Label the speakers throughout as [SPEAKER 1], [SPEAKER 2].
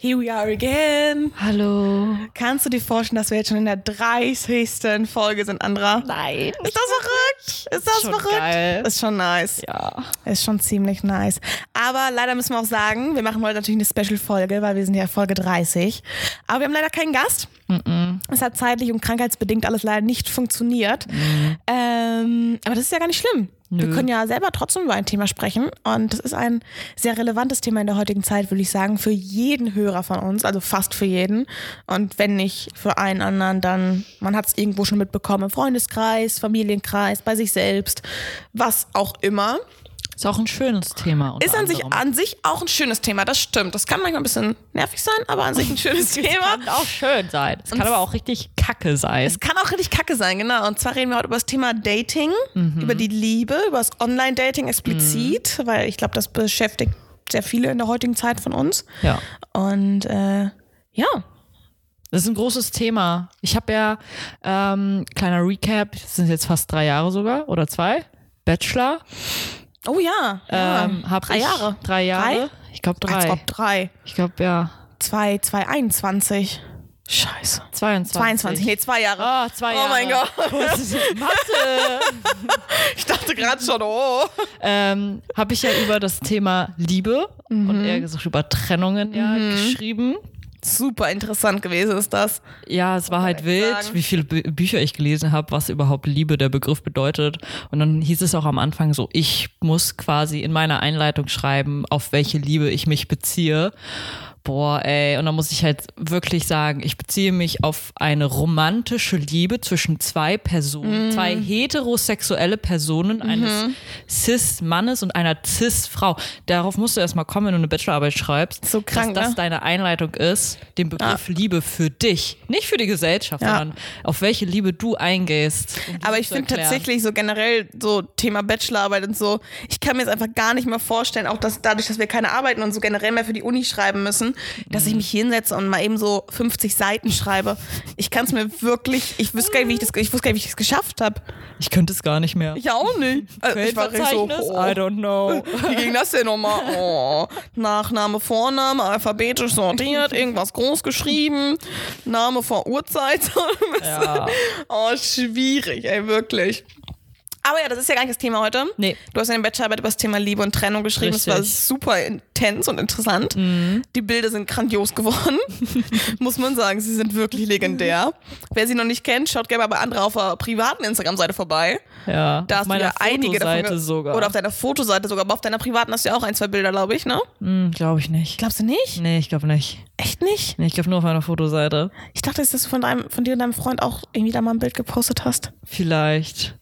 [SPEAKER 1] Here we are again.
[SPEAKER 2] Hallo.
[SPEAKER 1] Kannst du dir vorstellen, dass wir jetzt schon in der 30. Folge sind, Andra?
[SPEAKER 2] Nein.
[SPEAKER 1] Ist das verrückt? Ist das
[SPEAKER 2] Schon
[SPEAKER 1] verrückt?
[SPEAKER 2] geil.
[SPEAKER 1] Ist schon nice.
[SPEAKER 2] Ja.
[SPEAKER 1] Ist schon ziemlich nice. Aber leider müssen wir auch sagen, wir machen heute natürlich eine Special-Folge, weil wir sind ja Folge 30. Aber wir haben leider keinen Gast. Es hat zeitlich und krankheitsbedingt alles leider nicht funktioniert.
[SPEAKER 2] Mhm.
[SPEAKER 1] Ähm, aber das ist ja gar nicht schlimm. Wir können ja selber trotzdem über ein Thema sprechen. Und das ist ein sehr relevantes Thema in der heutigen Zeit, würde ich sagen, für jeden Hörer von uns, also fast für jeden. Und wenn nicht für einen anderen, dann man hat es irgendwo schon mitbekommen, im Freundeskreis, Familienkreis, bei sich selbst, was auch immer.
[SPEAKER 2] Ist auch ein schönes Thema. unter
[SPEAKER 1] Ist an sich,
[SPEAKER 2] anderem.
[SPEAKER 1] an sich auch ein schönes Thema, das stimmt. Das kann manchmal ein bisschen nervig sein, aber an sich ein schönes Thema.
[SPEAKER 2] Kann auch schön sein. Es kann aber auch richtig kacke sein.
[SPEAKER 1] Es kann auch richtig kacke sein, genau. Und zwar reden wir heute über das Thema Dating,
[SPEAKER 2] Mhm.
[SPEAKER 1] über die Liebe, über das Online-Dating explizit, weil ich glaube, das beschäftigt sehr viele in der heutigen Zeit von uns.
[SPEAKER 2] Ja.
[SPEAKER 1] Und äh, ja,
[SPEAKER 2] Das ist ein großes Thema. Ich habe ja, ähm, kleiner Recap, es sind jetzt fast drei Jahre sogar oder zwei. Bachelor.
[SPEAKER 1] oh ja, ja.
[SPEAKER 2] Ähm, hab
[SPEAKER 1] drei
[SPEAKER 2] ich,
[SPEAKER 1] Jahre.
[SPEAKER 2] Drei Jahre. Ich glaube
[SPEAKER 1] Drei? Als
[SPEAKER 2] drei.
[SPEAKER 1] ob drei.
[SPEAKER 2] Ich glaube ja.
[SPEAKER 1] Zwei, zwei, 21. Scheiße.
[SPEAKER 2] 22.
[SPEAKER 1] 22, nee, zwei Jahre.
[SPEAKER 2] Ah, zwei Jahre.
[SPEAKER 1] Oh mein Gott.
[SPEAKER 2] Gott. Mathe.
[SPEAKER 1] Ich dachte gerade schon, oh.
[SPEAKER 2] ähm, habe ich ja über das Thema Liebe
[SPEAKER 1] Mhm.
[SPEAKER 2] und eher gesagt über Trennungen ja, geschrieben.
[SPEAKER 1] Super interessant gewesen ist das.
[SPEAKER 2] Ja, es war halt
[SPEAKER 1] ich
[SPEAKER 2] wild,
[SPEAKER 1] sagen.
[SPEAKER 2] wie viele Bü Bücher ich gelesen habe, was überhaupt Liebe der Begriff bedeutet. Und dann hieß es auch am Anfang so, ich muss quasi in meiner Einleitung schreiben, auf welche Liebe ich mich beziehe. Boah, ey, und dann muss ich halt wirklich sagen, ich beziehe mich auf eine romantische Liebe zwischen zwei Personen,
[SPEAKER 1] Mhm.
[SPEAKER 2] zwei heterosexuelle Personen, eines Cis-Mannes und einer Cis-Frau. Darauf musst du erstmal kommen, wenn du eine Bachelorarbeit schreibst.
[SPEAKER 1] So krank,
[SPEAKER 2] dass das
[SPEAKER 1] ne?
[SPEAKER 2] deine Einleitung ist, den Begriff Liebe für dich, nicht für die Gesellschaft,
[SPEAKER 1] Ja.
[SPEAKER 2] sondern auf welche Liebe du eingehst. um diese
[SPEAKER 1] Aber ich
[SPEAKER 2] zu
[SPEAKER 1] finde
[SPEAKER 2] erklären.
[SPEAKER 1] tatsächlich so generell so Thema Bachelorarbeit und so, ich kann mir jetzt einfach gar nicht mehr vorstellen, auch dass dadurch, dass wir keine Arbeiten und so generell mehr für die Uni schreiben müssen, dass
[SPEAKER 2] Mhm.
[SPEAKER 1] ich mich hinsetze und mal eben so 50 Seiten schreibe. Ich kann es mir wirklich, ich wüsste gar nicht, wie ich das, ich wusste gar nicht, wie ich es geschafft habe.
[SPEAKER 2] Ich könnte es gar nicht mehr.
[SPEAKER 1] Ich auch nicht. Also, ich war richtig so,
[SPEAKER 2] Weltverzeichnis? I
[SPEAKER 1] oh,
[SPEAKER 2] don't know.
[SPEAKER 1] wie ging das denn nochmal? Oh, Nachname, Vorname, alphabetisch sortiert, irgendwas groß geschrieben, Name vor Uhrzeit.
[SPEAKER 2] Ja.
[SPEAKER 1] Oh, schwierig, ey, wirklich. Aber ja, das ist ja gar nicht das Thema heute.
[SPEAKER 2] Nee.
[SPEAKER 1] Du hast in der Bachelorarbeit über das Thema Liebe und Trennung geschrieben. Es
[SPEAKER 2] Richtig. Mhm.
[SPEAKER 1] war super intens und interessant. Die Bilder sind grandios geworden. Muss man sagen, sie sind wirklich legendär. Wer sie noch nicht kennt, schaut gerne mal bei anderen auf der privaten Instagram-Seite vorbei.
[SPEAKER 2] Ja,
[SPEAKER 1] Da
[SPEAKER 2] auf
[SPEAKER 1] hast du
[SPEAKER 2] meiner
[SPEAKER 1] ja einige davon.
[SPEAKER 2] Fotoseite
[SPEAKER 1] ge-
[SPEAKER 2] sogar.
[SPEAKER 1] Oder auf deiner Fotoseite sogar. Aber auf deiner privaten hast du ja auch ein, zwei Bilder, glaube ich, ne?
[SPEAKER 2] hm, glaube ich nicht.
[SPEAKER 1] Glaubst du nicht?
[SPEAKER 2] Nee, ich glaube nicht.
[SPEAKER 1] Echt nicht?
[SPEAKER 2] Nee, ich glaube nur auf meiner Fotoseite.
[SPEAKER 1] Ich dachte, dass du von, deinem, von dir und deinem Freund auch irgendwie da mal ein Bild gepostet hast.
[SPEAKER 2] Vielleicht.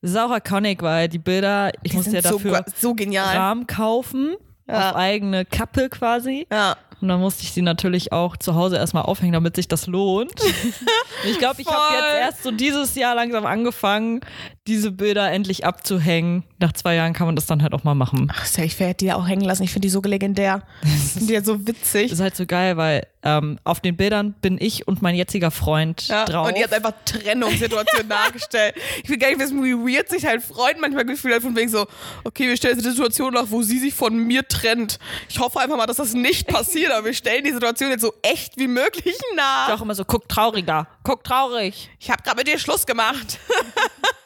[SPEAKER 2] Das ist auch iconic, weil die Bilder, ich
[SPEAKER 1] Die
[SPEAKER 2] musste ja
[SPEAKER 1] sind so,
[SPEAKER 2] dafür
[SPEAKER 1] gra- so genial.
[SPEAKER 2] Rahmen kaufen,
[SPEAKER 1] Ja.
[SPEAKER 2] auf eigene Kappe quasi.
[SPEAKER 1] Ja.
[SPEAKER 2] Und dann musste ich sie natürlich auch zu Hause erstmal aufhängen, damit sich das lohnt. ich glaube, ich habe
[SPEAKER 1] Voll.
[SPEAKER 2] jetzt erst so dieses Jahr langsam angefangen, diese Bilder endlich abzuhängen. Nach zwei Jahren kann man das dann halt auch mal machen.
[SPEAKER 1] Ach, safe, ich hätte die auch hängen lassen. Ich finde die so legendär. Ich finde die ja so witzig.
[SPEAKER 2] Ist halt so geil, weil ähm, auf den Bildern bin ich und mein jetziger Freund
[SPEAKER 1] Ja,
[SPEAKER 2] drauf.
[SPEAKER 1] und ihr habt einfach Trennungssituationen dargestellt. Ich will gar nicht wissen, wie weird sich halt Freund manchmal gefühlt hat, von wegen so, okay, wir stellen eine Situation nach, wo sie sich von mir trennt. Ich hoffe einfach mal, dass das nicht passiert, aber wir stellen die Situation jetzt so echt wie möglich
[SPEAKER 2] Ich
[SPEAKER 1] nach.
[SPEAKER 2] auch immer so, guck trauriger, guck traurig.
[SPEAKER 1] Ich habe gerade mit dir Schluss gemacht.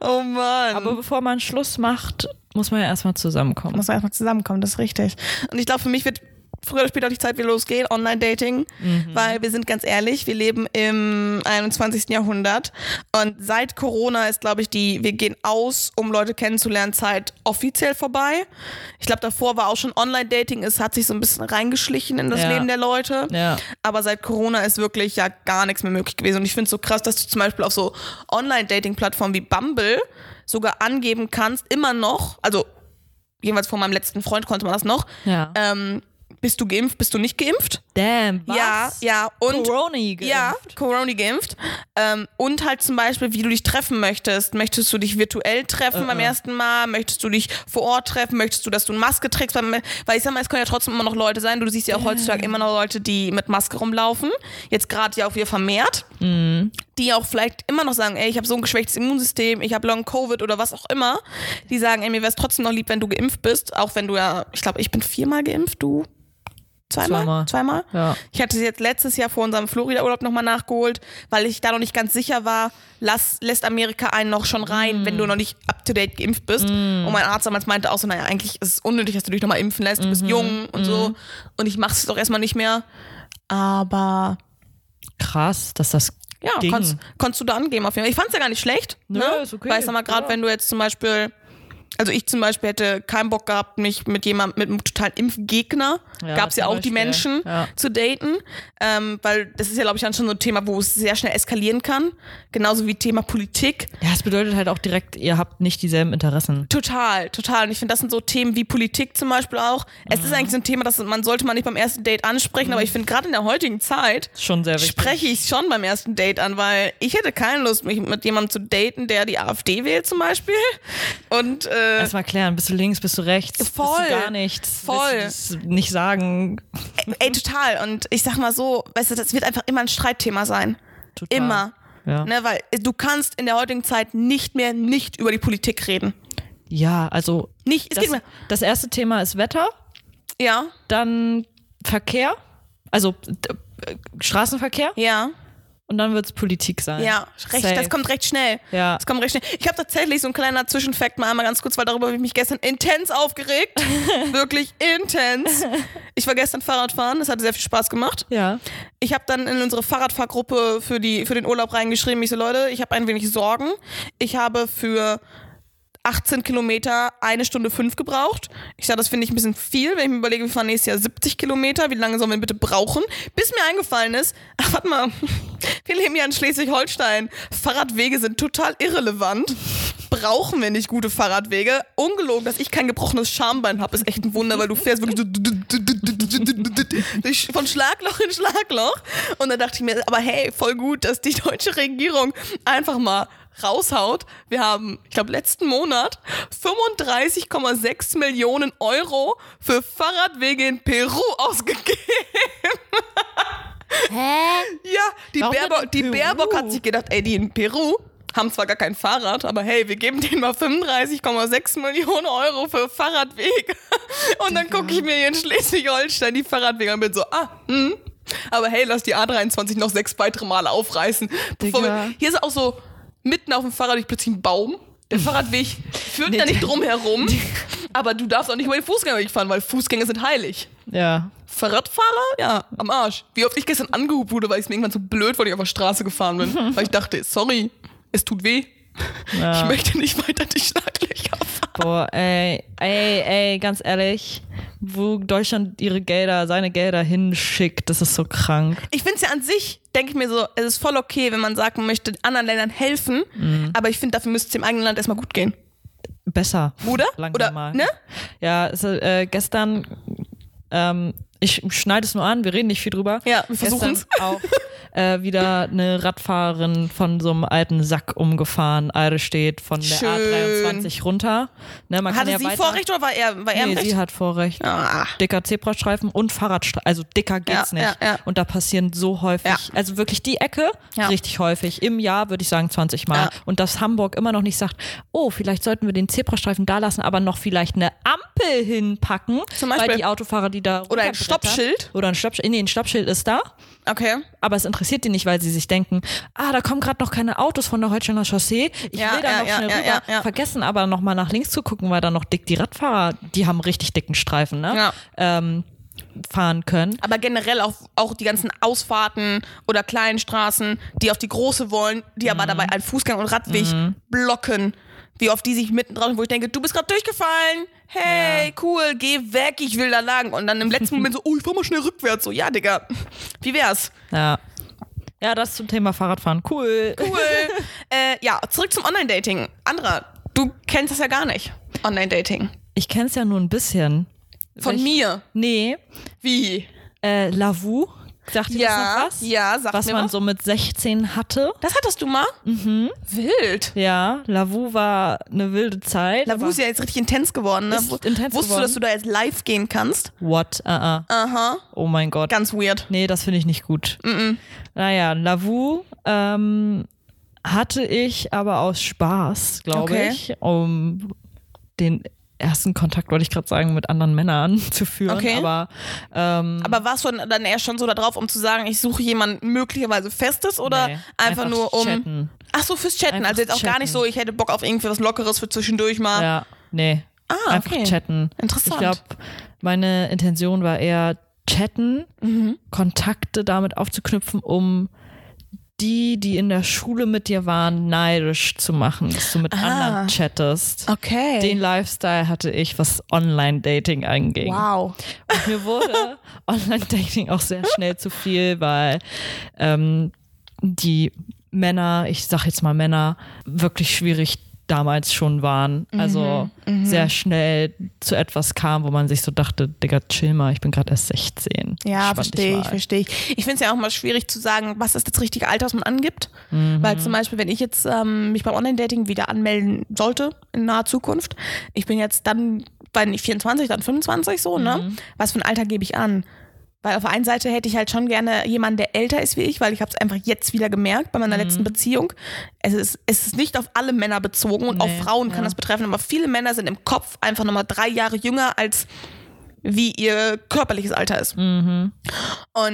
[SPEAKER 1] Oh Mann.
[SPEAKER 2] Aber bevor man Schluss macht, muss man ja erstmal zusammenkommen.
[SPEAKER 1] muss man erstmal zusammenkommen, das ist richtig. Und ich glaube, für mich wird früher oder später auch die Zeit wieder losgehen, Online-Dating,
[SPEAKER 2] Mhm.
[SPEAKER 1] weil wir sind ganz ehrlich, wir leben im 21. Jahrhundert und seit Corona ist, glaube ich, die wir gehen aus, um Leute kennenzulernen, Zeit offiziell vorbei. Ich glaube, davor war auch schon Online-Dating, es hat sich so ein bisschen reingeschlichen in das
[SPEAKER 2] Ja.
[SPEAKER 1] Leben der Leute.
[SPEAKER 2] Ja.
[SPEAKER 1] Aber seit Corona ist wirklich ja gar nichts mehr möglich gewesen. Und ich finde es so krass, dass du zum Beispiel auf so Online-Dating-Plattformen wie Bumble sogar angeben kannst, immer noch, also jedenfalls vor meinem letzten Freund konnte man das noch,
[SPEAKER 2] Ja.
[SPEAKER 1] ähm, bist du geimpft, bist du nicht geimpft?
[SPEAKER 2] Äh, Damn, was?
[SPEAKER 1] Ja, ja. Und
[SPEAKER 2] Corona geimpft.
[SPEAKER 1] ja, Corona geimpft. Ähm, und halt zum Beispiel, wie du dich treffen möchtest. Möchtest du dich virtuell treffen beim ersten Mal? Möchtest du dich vor Ort treffen? Möchtest du, dass du eine Maske trägst? Beim, weil ich sag mal, es können ja trotzdem immer noch Leute sein. Du siehst ja auch heutzutage immer noch Leute, die mit Maske rumlaufen. Jetzt gerade ja auch wieder vermehrt. Die auch vielleicht immer noch sagen, ey, ich habe so ein geschwächtes Immunsystem, ich habe Long Covid oder was auch immer. Die sagen, ey, mir wäre es trotzdem noch lieb, wenn du geimpft bist. Auch wenn du ja, ich glaube, ich bin viermal geimpft, du Zweimal?
[SPEAKER 2] Zweimal.
[SPEAKER 1] Zweimal?
[SPEAKER 2] Ja.
[SPEAKER 1] Ich hatte sie jetzt letztes Jahr vor unserem Florida-Urlaub nochmal nachgeholt, weil ich da noch nicht ganz sicher war, lass, lässt Amerika einen noch schon rein, wenn du noch nicht up-to-date geimpft bist. Und mein Arzt damals meinte auch so, naja, eigentlich ist es unnötig, dass du dich nochmal impfen lässt, du bist jung und so. Und ich mach's doch erstmal nicht mehr. Aber
[SPEAKER 2] Krass, dass das
[SPEAKER 1] ja,
[SPEAKER 2] ging.
[SPEAKER 1] konntest, konntest du da angeben auf jeden Fall. Ich fand's ja gar nicht schlecht.
[SPEAKER 2] Nö,
[SPEAKER 1] ne?
[SPEAKER 2] ist okay,
[SPEAKER 1] Weißt du mal, gerade
[SPEAKER 2] ja.
[SPEAKER 1] wenn du jetzt zum Beispiel, also ich zum Beispiel hätte keinen Bock gehabt, mich mit jemandem, mit einem totalen Impfgegner,
[SPEAKER 2] Ja,
[SPEAKER 1] gab's ja
[SPEAKER 2] zum
[SPEAKER 1] auch die
[SPEAKER 2] Beispiel,
[SPEAKER 1] Menschen,
[SPEAKER 2] ja.
[SPEAKER 1] zu daten. Ähm, weil das ist ja, glaube ich, dann schon so ein Thema, wo es sehr schnell eskalieren kann. Genauso wie Thema Politik.
[SPEAKER 2] Ja, es bedeutet halt auch direkt, ihr habt nicht dieselben Interessen.
[SPEAKER 1] Total, total. Und ich finde, das sind so Themen wie Politik zum Beispiel auch. Es
[SPEAKER 2] Mhm.
[SPEAKER 1] ist eigentlich so ein Thema, das man sollte man nicht beim ersten Date ansprechen, aber ich finde gerade in der heutigen Zeit
[SPEAKER 2] Schon sehr wichtig.
[SPEAKER 1] spreche ich schon beim ersten Date an, weil ich hätte keine Lust, mich mit jemandem zu daten, der die AfD wählt zum Beispiel. Und äh,
[SPEAKER 2] Erstmal klären, bist du links, bist du rechts?
[SPEAKER 1] Voll.
[SPEAKER 2] Bist du gar nichts?
[SPEAKER 1] Voll.
[SPEAKER 2] Willst du das nicht sagen?
[SPEAKER 1] ey, total. Und ich sag mal so, weißt du, das wird einfach immer ein Streitthema sein.
[SPEAKER 2] Total.
[SPEAKER 1] Immer.
[SPEAKER 2] Ja.
[SPEAKER 1] Ne, weil du kannst in der heutigen Zeit nicht mehr nicht über die Politik reden.
[SPEAKER 2] ja, also
[SPEAKER 1] Nicht, es
[SPEAKER 2] das,
[SPEAKER 1] geht mir.
[SPEAKER 2] das erste Thema ist Wetter,
[SPEAKER 1] Ja,
[SPEAKER 2] dann Verkehr, also äh, Straßenverkehr
[SPEAKER 1] ja,
[SPEAKER 2] und dann wird es Politik sein.
[SPEAKER 1] ja. Recht,
[SPEAKER 2] Safe.
[SPEAKER 1] das kommt recht schnell.
[SPEAKER 2] Ja.
[SPEAKER 1] Das kommt recht schnell. Ich habe tatsächlich so ein kleiner Zwischenfakt mal einmal ganz kurz, weil darüber habe ich mich gestern intens aufgeregt. Wirklich intens. Ich war gestern Fahrradfahren, das hat sehr viel Spaß gemacht.
[SPEAKER 2] Ja.
[SPEAKER 1] Ich habe dann in unsere Fahrradfahrgruppe für, die, für den Urlaub reingeschrieben, ich so, Leute, ich habe ein wenig Sorgen. Ich habe für 18 Kilometer eine Stunde fünf gebraucht. Ich sage, das finde ich ein bisschen viel, wenn ich mir überlege, wir fahren nächstes Jahr 70 Kilometer. Wie lange sollen wir denn bitte brauchen? Bis mir eingefallen ist, ach, warte mal, wir leben ja in Schleswig-Holstein. Fahrradwege sind total irrelevant. Brauchen wir nicht gute Fahrradwege? Ungelogen, dass ich kein gebrochenes Schambein habe, ist echt ein Wunder, weil du fährst wirklich so durch- von Schlagloch in Schlagloch. Und dann dachte ich mir, aber hey, voll gut, dass die deutsche Regierung einfach mal raushaut. Wir haben, ich glaube, letzten Monat 35,6 Millionen Euro für Fahrradwege in Peru ausgegeben. Hä? Ja, die
[SPEAKER 2] Warum denn
[SPEAKER 1] Baerbock, die
[SPEAKER 2] in Peru?
[SPEAKER 1] Baerbock hat sich gedacht, ey, die in Peru haben zwar gar kein Fahrrad, aber hey, wir geben denen mal 35,6 Millionen Euro für Fahrradwege. Und dann gucke ich mir hier in Schleswig-Holstein die Fahrradwege an und bin so, ah, hm. Aber hey, lass die A23 noch sechs weitere Male aufreißen. Bevor
[SPEAKER 2] Digga.
[SPEAKER 1] wir, hier ist auch so, mitten auf dem Fahrrad liegt plötzlich ein Baum. Der Fahrradweg führt
[SPEAKER 2] Nee,
[SPEAKER 1] da nicht
[SPEAKER 2] der-
[SPEAKER 1] drumherum. Aber du darfst auch nicht über den Fußgängerweg fahren, weil Fußgänger sind heilig.
[SPEAKER 2] Ja.
[SPEAKER 1] Fahrradfahrer? Ja, am Arsch. Wie oft ich gestern angehupt wurde, weil ich mir irgendwann so blöd war, dass ich auf der Straße gefahren bin. Weil ich dachte, sorry, es tut weh. Ich
[SPEAKER 2] ja.
[SPEAKER 1] möchte nicht weiter die Schlaglöcher fahren.
[SPEAKER 2] Boah, ey, ey, ey, ganz ehrlich, wo Deutschland ihre Gelder, seine Gelder hinschickt, das ist so krank.
[SPEAKER 1] Ich finde es ja an sich, denke ich mir so, es ist voll okay, wenn man sagt, man möchte anderen Ländern helfen,
[SPEAKER 2] Mhm.
[SPEAKER 1] aber ich finde, dafür müsste es dem eigenen Land erstmal gut gehen.
[SPEAKER 2] Besser.
[SPEAKER 1] Oder?
[SPEAKER 2] Langsam
[SPEAKER 1] Oder,
[SPEAKER 2] mal.
[SPEAKER 1] ne?
[SPEAKER 2] Ja, es, äh, gestern, ähm, ich schneide es nur an, wir reden nicht viel drüber.
[SPEAKER 1] Ja, wir versuchen's.
[SPEAKER 2] Gestern auch äh, wieder eine Radfahrerin von so einem alten Sack umgefahren, Eide steht von der
[SPEAKER 1] Schön.
[SPEAKER 2] A23 runter. Ne, man
[SPEAKER 1] Hatte
[SPEAKER 2] kann ja
[SPEAKER 1] sie
[SPEAKER 2] weiter,
[SPEAKER 1] Vorrecht oder war er, war er im
[SPEAKER 2] Nee,
[SPEAKER 1] Recht?
[SPEAKER 2] sie hat Vorrecht.
[SPEAKER 1] Ah.
[SPEAKER 2] Dicker Zebrastreifen und Fahrradstreifen. Also dicker geht's
[SPEAKER 1] Ja,
[SPEAKER 2] nicht.
[SPEAKER 1] ja, ja.
[SPEAKER 2] Und da passieren so häufig,
[SPEAKER 1] Ja.
[SPEAKER 2] also wirklich die Ecke,
[SPEAKER 1] Ja.
[SPEAKER 2] richtig häufig. Im Jahr würde ich sagen 20 Mal.
[SPEAKER 1] Ja.
[SPEAKER 2] Und dass Hamburg immer noch nicht sagt, oh, vielleicht sollten wir den Zebrastreifen da lassen, aber noch vielleicht eine Ampel hinpacken.
[SPEAKER 1] Zum
[SPEAKER 2] Weil
[SPEAKER 1] Beispiel.
[SPEAKER 2] die Autofahrer, die da
[SPEAKER 1] Oder ein
[SPEAKER 2] runterbrettern-
[SPEAKER 1] Stoppschild.
[SPEAKER 2] Oder ein Stoppschild. Nee, ein Stoppschild ist da.
[SPEAKER 1] Ah, Okay.
[SPEAKER 2] Aber es interessiert die nicht, weil sie sich denken, ah, da kommen gerade noch keine Autos von der Holsteiner Chaussee. Ich
[SPEAKER 1] Ja,
[SPEAKER 2] will da
[SPEAKER 1] ja,
[SPEAKER 2] noch
[SPEAKER 1] ja,
[SPEAKER 2] schnell
[SPEAKER 1] ja,
[SPEAKER 2] rüber.
[SPEAKER 1] ja, ja.
[SPEAKER 2] Vergessen aber nochmal nach links zu gucken, weil da noch dick die Radfahrer, die haben richtig dicken Streifen, ne?
[SPEAKER 1] Ja.
[SPEAKER 2] Ähm, fahren können.
[SPEAKER 1] Aber generell auch, auch die ganzen Ausfahrten oder kleinen Straßen, die auf die große wollen, die aber dabei
[SPEAKER 2] Mhm.
[SPEAKER 1] einen Fußgang und Radweg blocken. Wie oft die sich mitten drauf, wo ich denke, du bist gerade durchgefallen. Hey, cool, geh weg, ich will da lang. Und dann im letzten Moment so, oh, ich fahr mal schnell rückwärts. So, ja, Digga, wie wär's?
[SPEAKER 2] Ja. Ja, das zum Thema Fahrradfahren. Cool.
[SPEAKER 1] Cool. äh, ja, zurück zum Online-Dating. Andra, du kennst das ja gar nicht. Online-Dating.
[SPEAKER 2] Ich kenn's ja nur ein bisschen.
[SPEAKER 1] Von
[SPEAKER 2] Welch-
[SPEAKER 1] mir.
[SPEAKER 2] Nee.
[SPEAKER 1] Wie?
[SPEAKER 2] Äh, Lavu. Sagt ihr das noch
[SPEAKER 1] Ja,
[SPEAKER 2] was?
[SPEAKER 1] ja, sag
[SPEAKER 2] Was
[SPEAKER 1] mir
[SPEAKER 2] man
[SPEAKER 1] was.
[SPEAKER 2] so mit 16 hatte.
[SPEAKER 1] Das hattest du mal? Mhm. Wild.
[SPEAKER 2] Ja, Lavu war eine wilde Zeit.
[SPEAKER 1] Lavu ist ja jetzt richtig intens geworden, ne?
[SPEAKER 2] Ist
[SPEAKER 1] Wu-
[SPEAKER 2] intens
[SPEAKER 1] Wusstest
[SPEAKER 2] geworden.
[SPEAKER 1] du, dass du da jetzt live gehen kannst?
[SPEAKER 2] aber- What? Uh -uh.
[SPEAKER 1] Aha.
[SPEAKER 2] Oh mein Gott.
[SPEAKER 1] Ganz weird.
[SPEAKER 2] Nee, das finde ich nicht gut. Naja, Lavu ähm, hatte ich aber aus Spaß, glaube
[SPEAKER 1] Okay.
[SPEAKER 2] ich, um den ersten Kontakt, wollte ich gerade sagen, mit anderen Männern zu führen.
[SPEAKER 1] Okay.
[SPEAKER 2] Aber ähm,
[SPEAKER 1] Aber warst du dann eher schon so da drauf, um zu sagen, ich suche jemanden möglicherweise Festes oder
[SPEAKER 2] Nee,
[SPEAKER 1] einfach,
[SPEAKER 2] einfach
[SPEAKER 1] nur um.
[SPEAKER 2] chatten.
[SPEAKER 1] Ach so, fürs Chatten.
[SPEAKER 2] Einfach
[SPEAKER 1] also jetzt auch gar nicht so,
[SPEAKER 2] chatten.
[SPEAKER 1] ich hätte Bock auf irgendwie was Lockeres für zwischendurch mal.
[SPEAKER 2] ja, nee.
[SPEAKER 1] Ah,
[SPEAKER 2] einfach
[SPEAKER 1] okay.
[SPEAKER 2] chatten.
[SPEAKER 1] Interessant.
[SPEAKER 2] Ich glaube, meine Intention war eher chatten,
[SPEAKER 1] Mhm.
[SPEAKER 2] Kontakte damit aufzuknüpfen, um die, die in der Schule mit dir waren, neidisch zu machen, dass du mit
[SPEAKER 1] Ah.
[SPEAKER 2] anderen chattest.
[SPEAKER 1] Okay.
[SPEAKER 2] Den Lifestyle hatte ich, was Online-Dating anging.
[SPEAKER 1] wow.
[SPEAKER 2] Und mir wurde Online-Dating auch sehr schnell zu viel, weil ähm, die Männer, ich sag jetzt mal Männer, wirklich schwierig damals schon waren. Also
[SPEAKER 1] Mhm,
[SPEAKER 2] sehr schnell zu etwas kam, wo man sich so dachte, Digga, chill mal, ich bin gerade erst 16.
[SPEAKER 1] Ja,
[SPEAKER 2] Spann dich
[SPEAKER 1] verstehe ich,
[SPEAKER 2] mal.
[SPEAKER 1] verstehe ich. Ich finde es ja auch mal schwierig zu sagen, was ist das richtige Alter, was man angibt.
[SPEAKER 2] Mhm.
[SPEAKER 1] Weil zum Beispiel, wenn ich jetzt ähm, mich beim Online-Dating wieder anmelden sollte in naher Zukunft, ich bin jetzt dann, wenn ich 24, dann 25 so,
[SPEAKER 2] Mhm.
[SPEAKER 1] ne? Was für ein Alter gebe ich an? Weil auf der einen Seite hätte ich halt schon gerne jemanden, der älter ist wie ich, weil ich habe es einfach jetzt wieder gemerkt bei meiner
[SPEAKER 2] Mhm.
[SPEAKER 1] letzten Beziehung. Es ist, es ist nicht auf alle Männer bezogen und auch
[SPEAKER 2] Nee,
[SPEAKER 1] Frauen kann
[SPEAKER 2] ja.
[SPEAKER 1] das betreffen, aber viele Männer sind im Kopf einfach nochmal drei Jahre jünger als wie ihr körperliches Alter ist. Und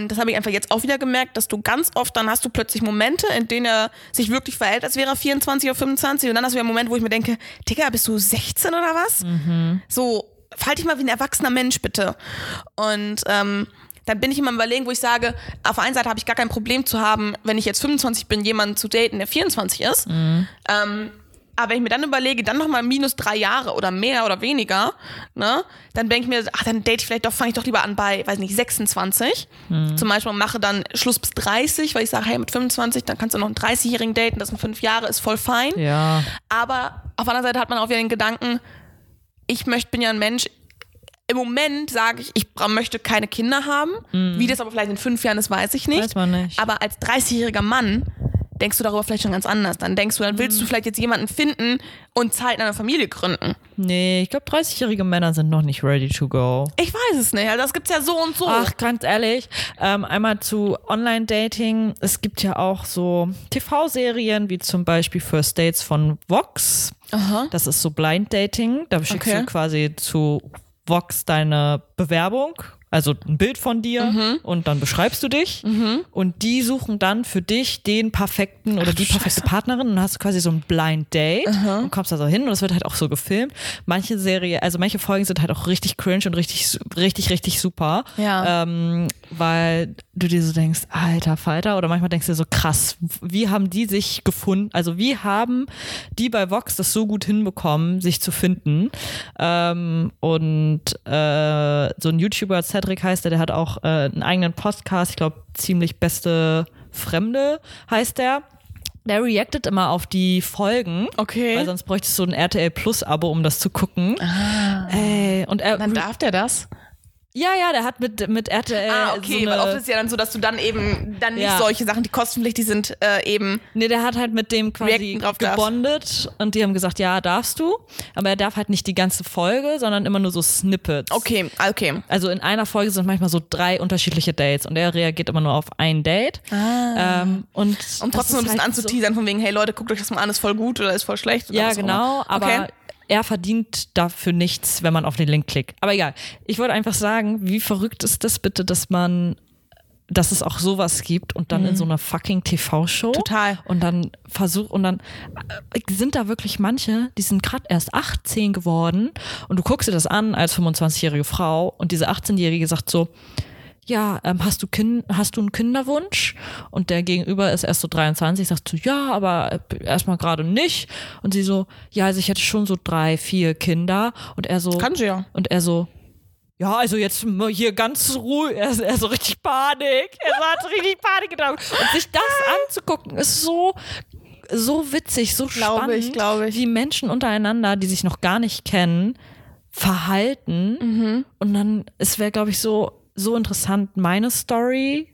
[SPEAKER 1] das habe ich einfach jetzt auch wieder gemerkt, dass du ganz oft, dann hast du plötzlich Momente, in denen er sich wirklich verhält, als wäre er 24 oder 25. Und dann hast du ja einen Moment, wo ich mir denke, Digga, bist du 16 oder was? So, verhalte dich mal wie ein erwachsener Mensch, bitte. Und ähm, dann bin ich immer am überlegen, wo ich sage, auf der einen Seite habe ich gar kein Problem zu haben, wenn ich jetzt 25 bin, jemanden zu daten, der 24 ist. Ähm, aber wenn ich mir dann überlege, dann nochmal minus drei Jahre oder mehr oder weniger, ne, dann denke ich mir, ach, dann date ich vielleicht doch, fange ich doch lieber an bei, weiß nicht, 26. Zum Beispiel und mache dann Schluss bis 30, weil ich sage, hey, mit 25, dann kannst du noch einen 30-Jährigen daten, das sind fünf Jahre, ist voll fein.
[SPEAKER 2] Ja,
[SPEAKER 1] Aber auf der anderen Seite hat man auch wieder den Gedanken, ich möchte, bin ja ein Mensch. Im Moment sage ich, ich bra- möchte keine Kinder haben. Wie das aber vielleicht in fünf Jahren ist, weiß ich nicht.
[SPEAKER 2] Mhm. Weiß man nicht.
[SPEAKER 1] Aber als 30-jähriger Mann denkst du darüber vielleicht schon ganz anders. Dann denkst du, dann willst
[SPEAKER 2] Mhm.
[SPEAKER 1] du vielleicht jetzt jemanden finden und zeitnah eine Familie gründen.
[SPEAKER 2] nee, ich glaube, 30-jährige Männer sind noch nicht ready to go.
[SPEAKER 1] Ich weiß es nicht. Also das gibt's ja so und so.
[SPEAKER 2] Ach, ganz ehrlich, ähm, einmal zu Online-Dating. Es gibt ja auch so TV-Serien wie zum Beispiel First Dates von Vox.
[SPEAKER 1] Aha.
[SPEAKER 2] Das ist so Blind Dating. Da schickst
[SPEAKER 1] Okay.
[SPEAKER 2] du quasi zu Vox deine Bewerbung, also ein Bild von dir
[SPEAKER 1] Mhm.
[SPEAKER 2] und dann beschreibst du dich. Und die suchen dann für dich den perfekten oder die perfekte Partnerin. Und dann hast du quasi so ein Blind Date und kommst da so hin und es wird halt auch so gefilmt. Manche Serie, also manche Folgen sind halt auch richtig cringe und richtig, su- richtig, richtig super.
[SPEAKER 1] Ja.
[SPEAKER 2] Ähm, weil du dir so denkst, alter Falter, oder manchmal denkst du dir so, krass, wie haben die sich gefunden? Also wie haben die bei Vox das so gut hinbekommen, sich zu finden? Ähm, und äh, so ein YouTuber, Cedric heißt der, der hat auch äh, einen eigenen Podcast, ich glaube, ziemlich beste Fremde heißt der. Der reactet immer auf die Folgen.
[SPEAKER 1] Okay.
[SPEAKER 2] Weil sonst bräuchtest du ein RTL Plus Abo, um das zu gucken.
[SPEAKER 1] Ah.
[SPEAKER 2] Ey, und er,
[SPEAKER 1] darf der das?
[SPEAKER 2] ja, ja, der hat mit, mit RTL.
[SPEAKER 1] Ah, okay,
[SPEAKER 2] Äh, so
[SPEAKER 1] weil
[SPEAKER 2] eine,
[SPEAKER 1] oft ist ja dann so, dass du dann eben dann nicht
[SPEAKER 2] Ja.
[SPEAKER 1] solche Sachen, die kostenpflichtig sind, äh, eben.
[SPEAKER 2] Nee, der hat halt mit dem quasi
[SPEAKER 1] Reacten drauf darf.
[SPEAKER 2] gebondet und die haben gesagt, ja, darfst du. Aber er darf halt nicht die ganze Folge, sondern immer nur so Snippets.
[SPEAKER 1] Okay, okay.
[SPEAKER 2] Also in einer Folge sind manchmal so drei unterschiedliche Dates und er reagiert immer nur auf ein Date. Ah. Ähm, und
[SPEAKER 1] Um
[SPEAKER 2] das
[SPEAKER 1] trotzdem so ein
[SPEAKER 2] ist
[SPEAKER 1] bisschen
[SPEAKER 2] halt so-
[SPEAKER 1] anzuteasern, von wegen, hey Leute, guckt euch das mal an, ist voll gut oder ist voll schlecht. Oder
[SPEAKER 2] Ja,
[SPEAKER 1] was auch
[SPEAKER 2] genau,
[SPEAKER 1] immer.
[SPEAKER 2] aber
[SPEAKER 1] Okay.
[SPEAKER 2] er verdient dafür nichts, wenn man auf den Link klickt. Aber egal, ich wollte einfach sagen, wie verrückt ist das bitte, dass man, dass es auch sowas gibt und dann in so einer fucking TV-Show.
[SPEAKER 1] Mhm. Total.
[SPEAKER 2] Und dann versucht, und dann äh, sind da wirklich manche, die sind gerade erst 18 geworden und du guckst dir das an als 25-jährige Frau und diese 18-jährige sagt so, ja, ähm, hast, du kind, hast du einen Kinderwunsch? Und der Gegenüber ist erst so 23, sagst du, ja, aber äh, erstmal gerade nicht. Und sie so, ja, also ich hätte schon so drei, vier Kinder. Und er so,
[SPEAKER 1] Kann sie ja.
[SPEAKER 2] und er so, ja, also jetzt mal hier ganz ruhig. Er, er so richtig Panik. Er so hat so richtig Panik gedacht. Und sich das anzugucken, ist so, so witzig, so
[SPEAKER 1] Glaube
[SPEAKER 2] spannend.
[SPEAKER 1] ich, glaube ich.
[SPEAKER 2] Wie Menschen untereinander, die sich noch gar nicht kennen, verhalten.
[SPEAKER 1] Mhm.
[SPEAKER 2] Und dann, es wäre, glaube ich, so, so interessant, meine Story,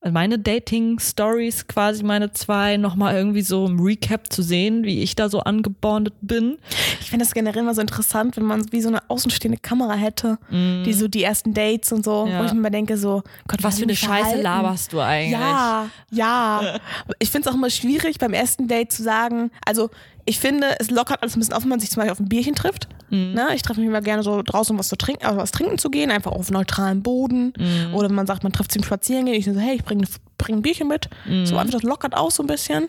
[SPEAKER 2] also meine Dating-Stories, quasi meine zwei, nochmal irgendwie so im Recap zu sehen, wie ich da so angebondet bin.
[SPEAKER 1] Ich finde das generell immer so interessant, wenn man wie so eine außenstehende Kamera hätte, die so die ersten Dates und so,
[SPEAKER 2] Ja.
[SPEAKER 1] wo ich mir immer denke, so, Gott,
[SPEAKER 2] Was für eine Scheiße
[SPEAKER 1] laberst
[SPEAKER 2] laberst du eigentlich?
[SPEAKER 1] Ja, ja. Ich finde es auch immer schwierig, beim ersten Date zu sagen, also ich finde, es lockert alles ein bisschen auf, wenn man sich zum Beispiel auf ein Bierchen trifft.
[SPEAKER 2] Mhm.
[SPEAKER 1] Ne? Ich treffe mich immer gerne so draußen, um was zu trinken, also was trinken zu gehen, einfach auf neutralem Boden.
[SPEAKER 2] Mhm.
[SPEAKER 1] Oder wenn man sagt, man trifft sich im Spazierengehen, ich so, hey, ich bringe bring ein Bierchen mit.
[SPEAKER 2] Mhm.
[SPEAKER 1] So einfach, das lockert auch so ein bisschen.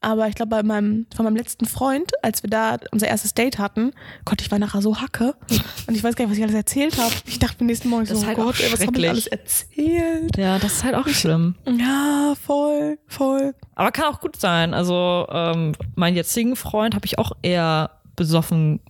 [SPEAKER 1] Aber ich glaube, bei meinem, von meinem letzten Freund, als wir da unser erstes Date hatten, Gott, ich war nachher so hacke. und ich weiß gar nicht, was ich alles erzählt habe. Ich dachte mir nächsten Morgen
[SPEAKER 2] Das
[SPEAKER 1] so,
[SPEAKER 2] ist halt
[SPEAKER 1] oh
[SPEAKER 2] auch
[SPEAKER 1] Gott, ey, was habe ich
[SPEAKER 2] schrecklich.
[SPEAKER 1] alles erzählt?
[SPEAKER 2] Ja, das ist halt auch schlimm.
[SPEAKER 1] Ja, voll, voll.
[SPEAKER 2] Aber kann auch gut sein. Also, ähm, meinen jetzigen Freund habe ich auch eher besoffen,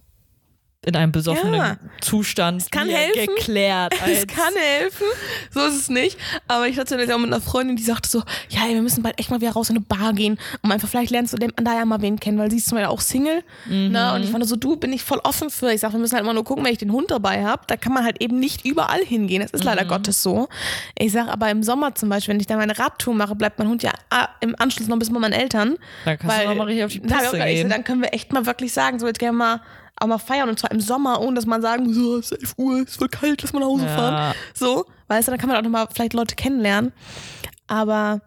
[SPEAKER 2] in einem besoffenen
[SPEAKER 1] Ja.
[SPEAKER 2] Zustand es
[SPEAKER 1] kann helfen.
[SPEAKER 2] geklärt. Als
[SPEAKER 1] Es kann helfen, so ist es nicht. Aber ich hatte das auch mit einer Freundin, die sagte so, ja, ey, wir müssen bald echt mal wieder raus in eine Bar gehen, um einfach, vielleicht lernst du dem, da ja mal wen kennen, weil sie ist zum Beispiel auch Single.
[SPEAKER 2] Mhm.
[SPEAKER 1] Ne? Und ich fand so, du, bin ich voll offen für. Ich sag, wir müssen halt immer nur gucken, wenn ich den Hund dabei habe. Da kann man halt eben nicht überall hingehen. Das ist leider
[SPEAKER 2] Mhm.
[SPEAKER 1] Gottes so. Ich sag, aber im Sommer zum Beispiel, wenn ich da meine Radtour mache, bleibt mein Hund ja ah, im Anschluss noch bis bei meinen Eltern.
[SPEAKER 2] Dann kannst du noch mal richtig auf die
[SPEAKER 1] Da hab ich auch
[SPEAKER 2] Piste
[SPEAKER 1] gleich so,
[SPEAKER 2] gehen.
[SPEAKER 1] Dann können wir echt mal wirklich sagen, so jetzt gerne mal auch mal feiern und zwar im Sommer, ohne dass man sagen muss, so, es ist 11 Uhr, es wird kalt, lass mal nach Hause
[SPEAKER 2] Ja.
[SPEAKER 1] fahren. So, weißt du, dann kann man auch nochmal vielleicht Leute kennenlernen. Aber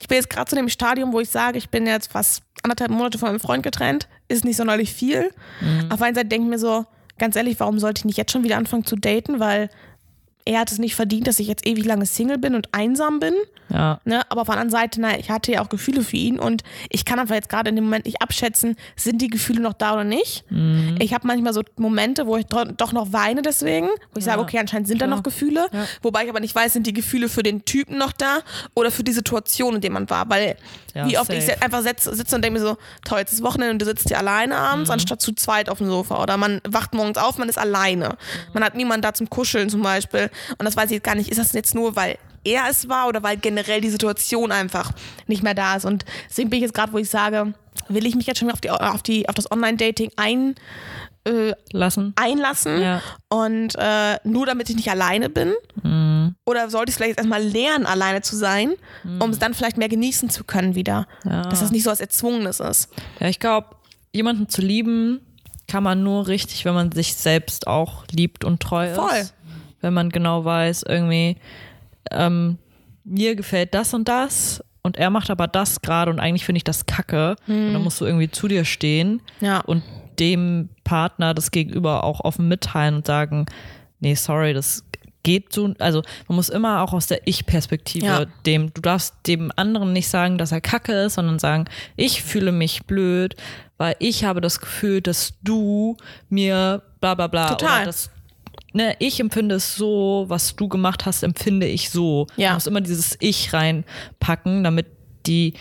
[SPEAKER 1] ich bin jetzt gerade zu dem Stadium, wo ich sage, ich bin jetzt fast anderthalb Monate von meinem Freund getrennt, ist nicht sonderlich viel. Auf einer Seite denke ich mir so, ganz ehrlich, warum sollte ich nicht jetzt schon wieder anfangen zu daten, weil er hat es nicht verdient, dass ich jetzt ewig lange Single bin und einsam bin.
[SPEAKER 2] ja.
[SPEAKER 1] Ne? Aber auf der anderen Seite, na, ich hatte ja auch Gefühle für ihn und ich kann einfach jetzt gerade in dem Moment nicht abschätzen, sind die Gefühle noch da oder nicht.
[SPEAKER 2] Mhm.
[SPEAKER 1] Ich habe manchmal so Momente, wo ich dro- doch noch weine deswegen, wo ich sage, okay, anscheinend sind da noch Gefühle, wobei ich aber nicht weiß, sind die Gefühle für den Typen noch da oder für die Situation, in der man war, weil
[SPEAKER 2] Ja,
[SPEAKER 1] wie oft ich
[SPEAKER 2] safe.
[SPEAKER 1] se- einfach setz, sitze und denke mir so, toll, jetzt ist Wochenende und du sitzt hier alleine abends, anstatt zu zweit auf dem Sofa. Oder man wacht morgens auf, man ist alleine. Man hat niemanden da zum Kuscheln zum Beispiel. Und das weiß ich jetzt gar nicht, ist das jetzt nur, weil er es war oder weil generell die Situation einfach nicht mehr da ist. Und deswegen bin ich jetzt gerade, wo ich sage, will ich mich jetzt schon auf, die, auf, die, auf das Online-Dating ein, äh,
[SPEAKER 2] Lassen.
[SPEAKER 1] einlassen
[SPEAKER 2] Ja.
[SPEAKER 1] und äh, nur damit ich nicht alleine bin?
[SPEAKER 2] Mhm.
[SPEAKER 1] Oder sollte ich vielleicht jetzt erstmal lernen, alleine zu sein, um es dann vielleicht mehr genießen zu können wieder? Dass das nicht so was Erzwungenes ist.
[SPEAKER 2] Ja, ich glaube, jemanden zu lieben kann man nur richtig, wenn man sich selbst auch liebt und treu
[SPEAKER 1] Voll.
[SPEAKER 2] ist. Wenn man genau weiß, irgendwie, ähm, mir gefällt das und das und er macht aber das gerade und eigentlich finde ich das kacke. Und
[SPEAKER 1] Hm.
[SPEAKER 2] dann musst du irgendwie zu dir stehen
[SPEAKER 1] Ja.
[SPEAKER 2] und dem Partner das Gegenüber auch offen mitteilen und sagen, nee, sorry, das geht so. Also man muss immer auch aus der Ich-Perspektive
[SPEAKER 1] Ja.
[SPEAKER 2] dem, du darfst dem anderen nicht sagen, dass er kacke ist, sondern sagen, ich fühle mich blöd, weil ich habe das Gefühl, dass du mir bla bla bla
[SPEAKER 1] Total.
[SPEAKER 2] oder dass ne, ich empfinde es so, was du gemacht hast, empfinde ich so.
[SPEAKER 1] Ja.
[SPEAKER 2] Man muss immer dieses Ich reinpacken, damit die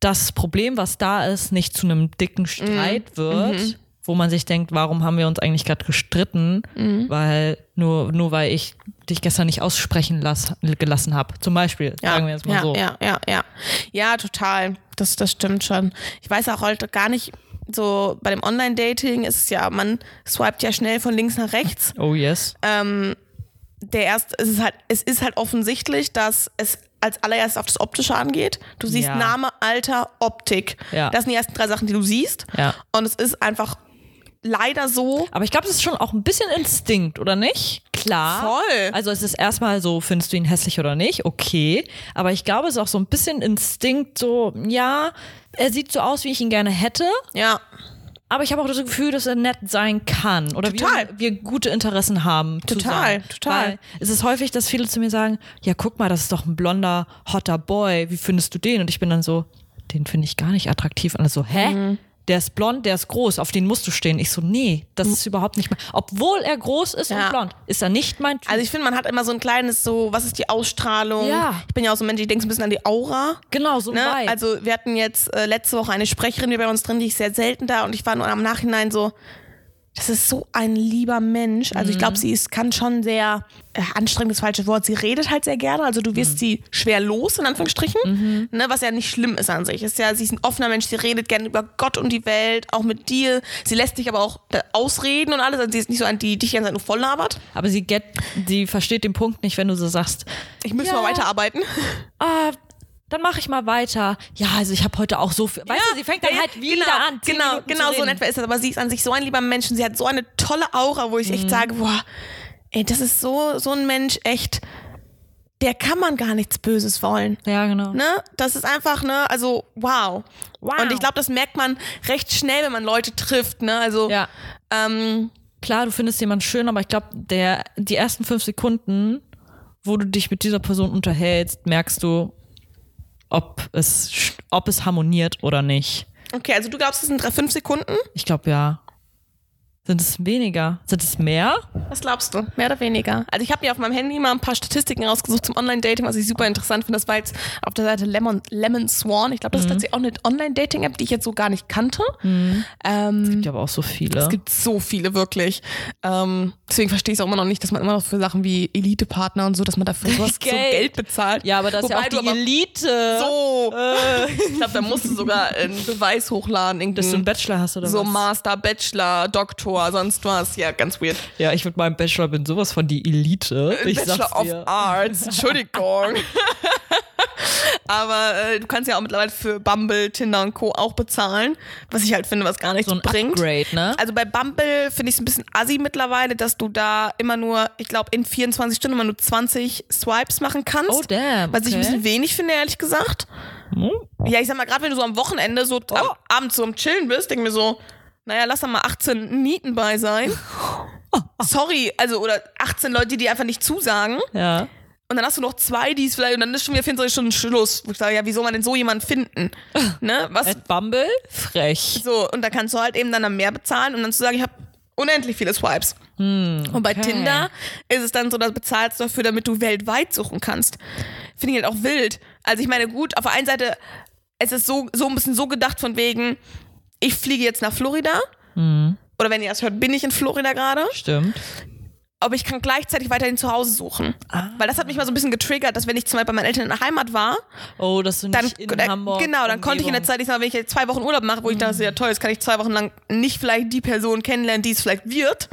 [SPEAKER 2] das Problem, was da ist, nicht zu einem
[SPEAKER 1] Mhm.
[SPEAKER 2] dicken Streit wird, wo man sich denkt, warum haben wir uns eigentlich gerade gestritten,
[SPEAKER 1] Mhm.
[SPEAKER 2] weil nur, nur weil ich dich gestern nicht aussprechen lass, gelassen habe. Zum Beispiel,
[SPEAKER 1] Ja,
[SPEAKER 2] sagen wir jetzt mal
[SPEAKER 1] ja,
[SPEAKER 2] so.
[SPEAKER 1] ja, ja, ja. Ja, total. Das, das stimmt schon. Ich weiß auch heute gar nicht, so bei dem Online-Dating ist es ja, man swiped ja schnell von links nach rechts.
[SPEAKER 2] Oh yes.
[SPEAKER 1] Äh. der erst, es ist halt, es ist halt offensichtlich, dass es als allererstes auf das Optische angeht. Du siehst
[SPEAKER 2] Ja.
[SPEAKER 1] Name, Alter, Optik.
[SPEAKER 2] Ja.
[SPEAKER 1] Das sind die ersten drei Sachen, die du siehst.
[SPEAKER 2] Ja.
[SPEAKER 1] Und es ist einfach leider so.
[SPEAKER 2] Aber ich glaube, das ist schon auch ein bisschen Instinkt, oder nicht? Klar.
[SPEAKER 1] Voll.
[SPEAKER 2] Also es ist erstmal so, findest du ihn hässlich oder nicht? Okay. Aber ich glaube, es ist auch so ein bisschen Instinkt, so, ja, er sieht so aus, wie ich ihn gerne hätte,
[SPEAKER 1] Ja,
[SPEAKER 2] aber ich habe auch das Gefühl, dass er nett sein kann. Oder
[SPEAKER 1] Total.
[SPEAKER 2] Wir, wir gute Interessen haben.
[SPEAKER 1] Total,
[SPEAKER 2] zusammen.
[SPEAKER 1] total.
[SPEAKER 2] Weil es ist häufig, dass viele zu mir sagen, ja, guck mal, das ist doch ein blonder, hotter Boy. Wie findest du den? Und ich bin dann so, den finde ich gar nicht attraktiv. Und alle so, hä?
[SPEAKER 1] Mhm.
[SPEAKER 2] Der ist blond, der ist groß, auf den musst du stehen. Ich so, nee, das ist überhaupt nicht mein. Obwohl er groß ist
[SPEAKER 1] Mhm. Ja.
[SPEAKER 2] und blond, ist er nicht mein Typ.
[SPEAKER 1] also ich finde, man hat immer so ein kleines, so, was ist die Ausstrahlung?
[SPEAKER 2] Ja.
[SPEAKER 1] Ich bin ja auch so ein Mensch, ich denke ein bisschen an die Aura.
[SPEAKER 2] genau, so
[SPEAKER 1] Ne?
[SPEAKER 2] weit.
[SPEAKER 1] Also wir hatten jetzt äh, letzte Woche eine Sprecherin hier bei uns drin, die ist sehr selten da und ich war nur am Nachhinein so, das ist so ein lieber Mensch. Also ich
[SPEAKER 2] Mhm.
[SPEAKER 1] glaube, sie ist, kann schon sehr äh, anstrengend das falsche Wort. Sie redet halt sehr gerne, also du wirst
[SPEAKER 2] Mhm.
[SPEAKER 1] sie schwer los, in Anführungsstrichen, ne, was ja nicht schlimm ist an sich. Ist ja, sie ist ein offener Mensch, sie redet gerne über Gott und die Welt, auch mit dir. Sie lässt dich aber auch äh, ausreden und alles. Also sie ist nicht so an die dich die ganze Zeit nur voll labert.
[SPEAKER 2] aber sie get, sie versteht den Punkt nicht, wenn du so sagst,
[SPEAKER 1] Ich müsste
[SPEAKER 2] Ja.
[SPEAKER 1] mal weiterarbeiten.
[SPEAKER 2] ah, dann mache ich mal weiter. Ja, also ich habe heute auch so viel. Weißt du, sie fängt dann
[SPEAKER 1] Ja,
[SPEAKER 2] halt wieder
[SPEAKER 1] genau,
[SPEAKER 2] an. zehn
[SPEAKER 1] Genau,
[SPEAKER 2] Minuten zu
[SPEAKER 1] genau so in
[SPEAKER 2] reden.
[SPEAKER 1] etwa ist das. Aber sie ist an sich so ein lieber Mensch und sie hat so eine
[SPEAKER 2] Mhm.
[SPEAKER 1] tolle Aura, wo ich echt sage, boah, ey, das ist so, so ein Mensch, echt, der kann man gar nichts Böses wollen.
[SPEAKER 2] Ja, genau.
[SPEAKER 1] Ne? Das ist einfach, ne, also wow. wow. Und ich glaube, das merkt man recht schnell, wenn man Leute trifft, ne? Also
[SPEAKER 2] Ja.
[SPEAKER 1] ähm,
[SPEAKER 2] Klar, du findest jemanden schön, aber ich glaube, der, die ersten fünf Sekunden, wo du dich mit dieser Person unterhältst, merkst du, ob es, sch- ob es harmoniert oder nicht.
[SPEAKER 1] okay, also du glaubst, das sind drei, fünf Sekunden?
[SPEAKER 2] Ich glaube, ja. Sind es weniger? Sind es mehr?
[SPEAKER 1] Was glaubst du? Mehr oder weniger? Also ich habe mir auf meinem Handy mal ein paar Statistiken rausgesucht zum Online-Dating, was ich super interessant finde. Das war jetzt auf der Seite Lemon, Lemon Swan. Ich
[SPEAKER 2] Mhm.
[SPEAKER 1] glaube, das ist tatsächlich auch eine Online-Dating-App, die ich jetzt so gar nicht kannte. Ähm,
[SPEAKER 2] Ich habe auch so viele.
[SPEAKER 1] es gibt so viele, wirklich. Ähm, deswegen verstehe ich es auch immer noch nicht, dass man immer noch für Sachen wie Elite-Partner und so, dass man dafür sowas so
[SPEAKER 2] Geld.
[SPEAKER 1] Geld bezahlt.
[SPEAKER 2] ja, aber das
[SPEAKER 1] Wobei
[SPEAKER 2] ist
[SPEAKER 1] du
[SPEAKER 2] ja auch die
[SPEAKER 1] aber
[SPEAKER 2] Elite. ne? Äh.
[SPEAKER 1] so. Ich glaube, da musst du sogar einen Beweis hochladen.
[SPEAKER 2] Dass du einen
[SPEAKER 1] irgendeinen-
[SPEAKER 2] Bachelor hast oder
[SPEAKER 1] So
[SPEAKER 2] was?
[SPEAKER 1] Master, Bachelor, Doktor, sonst was. Ja, ganz weird.
[SPEAKER 2] Ja, ich mit meinem Bachelor bin sowas von die Elite. Ich
[SPEAKER 1] Bachelor
[SPEAKER 2] sag's
[SPEAKER 1] of
[SPEAKER 2] dir.
[SPEAKER 1] Arts, Entschuldigung. Aber äh, du kannst ja auch mittlerweile für Bumble, Tinder und Co. auch bezahlen, was ich halt finde, was gar nichts
[SPEAKER 2] so ein
[SPEAKER 1] bringt.
[SPEAKER 2] Upgrade, ne?
[SPEAKER 1] Also bei Bumble finde ich es ein bisschen assi mittlerweile, dass du da immer nur, ich glaube, in 24 Stunden immer nur 20 Swipes machen kannst.
[SPEAKER 2] Oh, damn,
[SPEAKER 1] Was ich ein
[SPEAKER 2] okay.
[SPEAKER 1] bisschen wenig finde, ehrlich gesagt. Ja, ich sag mal, gerade wenn du so am Wochenende so am Abend so am Chillen bist, denk mir so, naja, lass da mal 18 Nieten bei sein. Sorry, also oder 18 Leute, die dir einfach nicht zusagen.
[SPEAKER 2] Ja.
[SPEAKER 1] Und dann hast du noch zwei, die es vielleicht, und dann ist schon wieder 24 Stunden Schluss. Wo ich sage, ja, wie soll man denn so jemanden finden? Ne? Was,
[SPEAKER 2] At Bumble? Frech.
[SPEAKER 1] so, und da kannst du halt eben dann am mehr bezahlen und dann zu sagen, ich habe unendlich viele Swipes. Und bei Tinder ist es dann so, da bezahlst du dafür, damit du weltweit suchen kannst. Finde ich halt auch wild. Also ich meine, gut, auf der einen Seite, es ist so, so ein bisschen so gedacht von wegen, ich fliege jetzt nach Florida. Oder wenn ihr das hört, bin ich in Florida gerade
[SPEAKER 2] Stimmt.
[SPEAKER 1] aber ich kann gleichzeitig weiterhin zu Hause suchen. Weil das hat mich mal so ein bisschen getriggert, dass wenn ich zum Beispiel bei meinen Eltern in der Heimat war,
[SPEAKER 2] Oh, dass du nicht
[SPEAKER 1] dann,
[SPEAKER 2] in
[SPEAKER 1] da-
[SPEAKER 2] Hamburg.
[SPEAKER 1] genau, dann konnte ich in der
[SPEAKER 2] Umgebung-
[SPEAKER 1] Zeit, ich sag mal, wenn ich jetzt zwei Wochen Urlaub mache, wo ich dachte, ja toll, jetzt kann ich zwei Wochen lang nicht vielleicht die Person kennenlernen, die es vielleicht wird,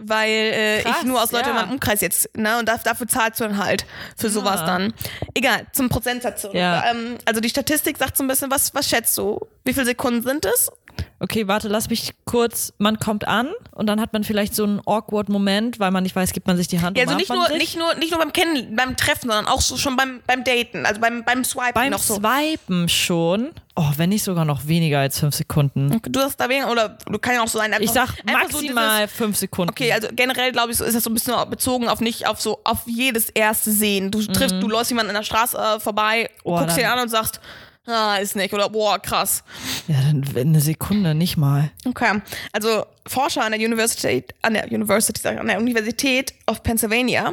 [SPEAKER 1] weil äh,
[SPEAKER 2] Krass,
[SPEAKER 1] ich nur aus Leuten in
[SPEAKER 2] ja.
[SPEAKER 1] meinem Umkreis jetzt, ne, und da, dafür zahlst du dann halt für sowas dann. Egal, zum Prozentsatz. zurück.
[SPEAKER 2] Ja.
[SPEAKER 1] Ähm, also die Statistik sagt so ein bisschen, was, was schätzt du? Wie viele Sekunden sind es?
[SPEAKER 2] Okay, warte, lass mich kurz. Man kommt an und dann hat man vielleicht so einen awkward Moment, weil man nicht weiß, gibt man sich die Hand
[SPEAKER 1] Ja,
[SPEAKER 2] und
[SPEAKER 1] also
[SPEAKER 2] umarmt
[SPEAKER 1] nicht
[SPEAKER 2] man
[SPEAKER 1] nur, nicht
[SPEAKER 2] sich?
[SPEAKER 1] nur, nicht nur beim Kennen, beim Treffen, sondern auch so schon beim, beim Daten, also beim, beim Swipen
[SPEAKER 2] Beim
[SPEAKER 1] noch so.
[SPEAKER 2] Swipen schon. Oh, wenn nicht sogar noch weniger als fünf Sekunden.
[SPEAKER 1] Du hast da weniger, oder du kann ja auch so sein, einfach,
[SPEAKER 2] Ich sag
[SPEAKER 1] Mhm. einfach so
[SPEAKER 2] maximal fünf Sekunden.
[SPEAKER 1] Okay, also generell glaube ich, so ist das so ein bisschen bezogen auf nicht auf so auf jedes erste Sehen. Du triffst, du läufst jemanden an der Straße äh, vorbei,
[SPEAKER 2] Oh,
[SPEAKER 1] guckst
[SPEAKER 2] Mhm. dann-
[SPEAKER 1] ihn an und sagst, ah, ist nicht oder boah, krass.
[SPEAKER 2] Ja, dann eine Sekunde, nicht mal.
[SPEAKER 1] Okay. Also Forscher an der University, an der University, sag ich, an der Universität of Pennsylvania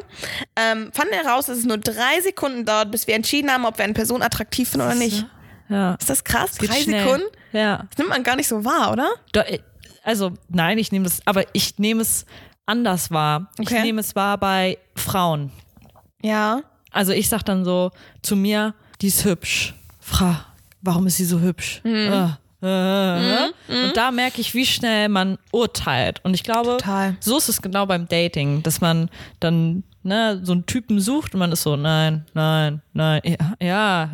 [SPEAKER 1] ähm, fanden heraus, dass es nur drei Sekunden dauert, bis wir entschieden haben, ob wir eine Person attraktiv finden oder nicht.
[SPEAKER 2] Ja.
[SPEAKER 1] Ist das krass?
[SPEAKER 2] Geht
[SPEAKER 1] Drei
[SPEAKER 2] schnell.
[SPEAKER 1] Sekunden?
[SPEAKER 2] Ja.
[SPEAKER 1] Das nimmt man gar nicht so wahr, oder?
[SPEAKER 2] Da, also, nein, ich nehme das, aber ich nehme es anders wahr.
[SPEAKER 1] Okay.
[SPEAKER 2] Ich nehme es wahr bei Frauen.
[SPEAKER 1] Ja.
[SPEAKER 2] Also ich sag dann so zu mir, die ist hübsch. Fra, warum ist sie so hübsch?
[SPEAKER 1] Mhm.
[SPEAKER 2] Äh, äh, äh. Und da merke ich, wie schnell man urteilt. Und ich glaube,
[SPEAKER 1] Total.
[SPEAKER 2] so ist es genau beim Dating, dass man dann ne, so einen Typen sucht und man ist so, nein, nein, nein, ja, ja.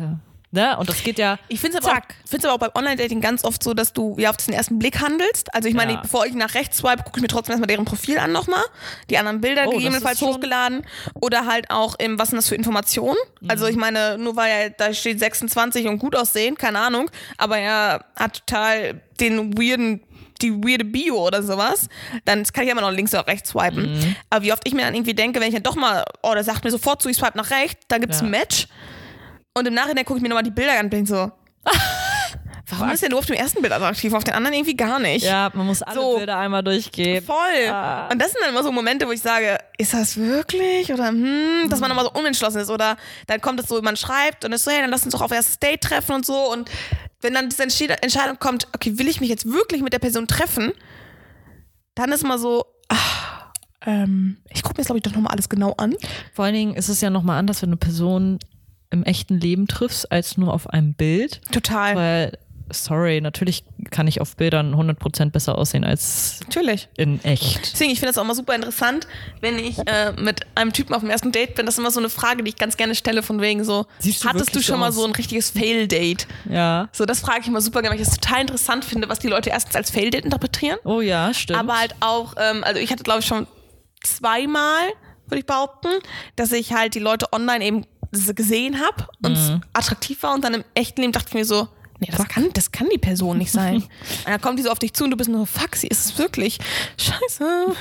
[SPEAKER 2] Ne? Und das geht ja.
[SPEAKER 1] Ich finde es aber,
[SPEAKER 2] Zack.
[SPEAKER 1] auch- find's aber auch beim Online-Dating ganz oft so, dass du ja auf den ersten Blick handelst. Also ich meine,
[SPEAKER 2] Ja.
[SPEAKER 1] bevor ich nach rechts swipe, gucke ich mir trotzdem erstmal deren Profil an nochmal. Die anderen Bilder
[SPEAKER 2] Oh, das
[SPEAKER 1] gegebenenfalls
[SPEAKER 2] ist schon-
[SPEAKER 1] hochgeladen. Oder halt auch im, was sind das für Informationen?
[SPEAKER 2] Mhm.
[SPEAKER 1] Also ich meine, nur weil er da steht 26 und gut aussehen, keine Ahnung. Aber er hat total den weirden die weirde Bio oder sowas, dann kann ich immer noch links oder rechts swipen.
[SPEAKER 2] Mhm.
[SPEAKER 1] Aber wie oft ich mir dann irgendwie denke, wenn ich dann doch mal, oh, der sagt mir sofort zu, ich swipe nach rechts, dann gibt's
[SPEAKER 2] Ja.
[SPEAKER 1] ein Match. Und im Nachhinein gucke ich mir nochmal die Bilder an und bin so, warum ist der nur auf dem ersten Bild attraktiv, auf den anderen irgendwie gar nicht?
[SPEAKER 2] Ja, man muss alle
[SPEAKER 1] So.
[SPEAKER 2] Bilder einmal durchgehen.
[SPEAKER 1] Voll. Und das sind dann immer so Momente, wo ich sage, ist das wirklich? Oder hm, dass man immer so unentschlossen ist. Oder dann kommt es so, man schreibt und ist so, hey, dann lass uns doch auf erstes Date treffen und so. Und wenn dann diese Entschied- Entscheidung kommt, okay, will ich mich jetzt wirklich mit der Person treffen, dann ist mal so, ah, ähm, ich gucke mir jetzt, glaube ich, doch nochmal alles genau an.
[SPEAKER 2] Vor allen Dingen ist es ja nochmal anders, wenn du Personen im echten Leben triffst, als nur auf einem Bild.
[SPEAKER 1] Total.
[SPEAKER 2] Weil, sorry, natürlich kann ich auf Bildern 100% besser aussehen als
[SPEAKER 1] Natürlich.
[SPEAKER 2] in echt.
[SPEAKER 1] Deswegen, ich finde das auch immer super interessant, wenn ich äh, mit einem Typen auf dem ersten Date bin. Das ist immer so eine Frage, die ich ganz gerne stelle, von wegen so,
[SPEAKER 2] Siehst du
[SPEAKER 1] hattest du
[SPEAKER 2] wirklich
[SPEAKER 1] schon
[SPEAKER 2] so
[SPEAKER 1] mal
[SPEAKER 2] aus?
[SPEAKER 1] so ein richtiges Fail-Date?
[SPEAKER 2] Ja.
[SPEAKER 1] So, das frage ich immer super gerne, weil ich das total interessant finde, was die Leute erstens als Fail-Date interpretieren, halt
[SPEAKER 2] Oh ja, stimmt.
[SPEAKER 1] aber halt auch, ähm, also ich hatte glaube ich schon zweimal, würde würde ich behaupten, dass ich halt die Leute online eben gesehen habe und es
[SPEAKER 2] Mhm.
[SPEAKER 1] attraktiv war und dann im echten Leben dachte ich mir so, nee, das kann, das kann die Person nicht sein. und dann kommt die so auf dich zu und du bist nur, fuck, sie ist es wirklich. Scheiße.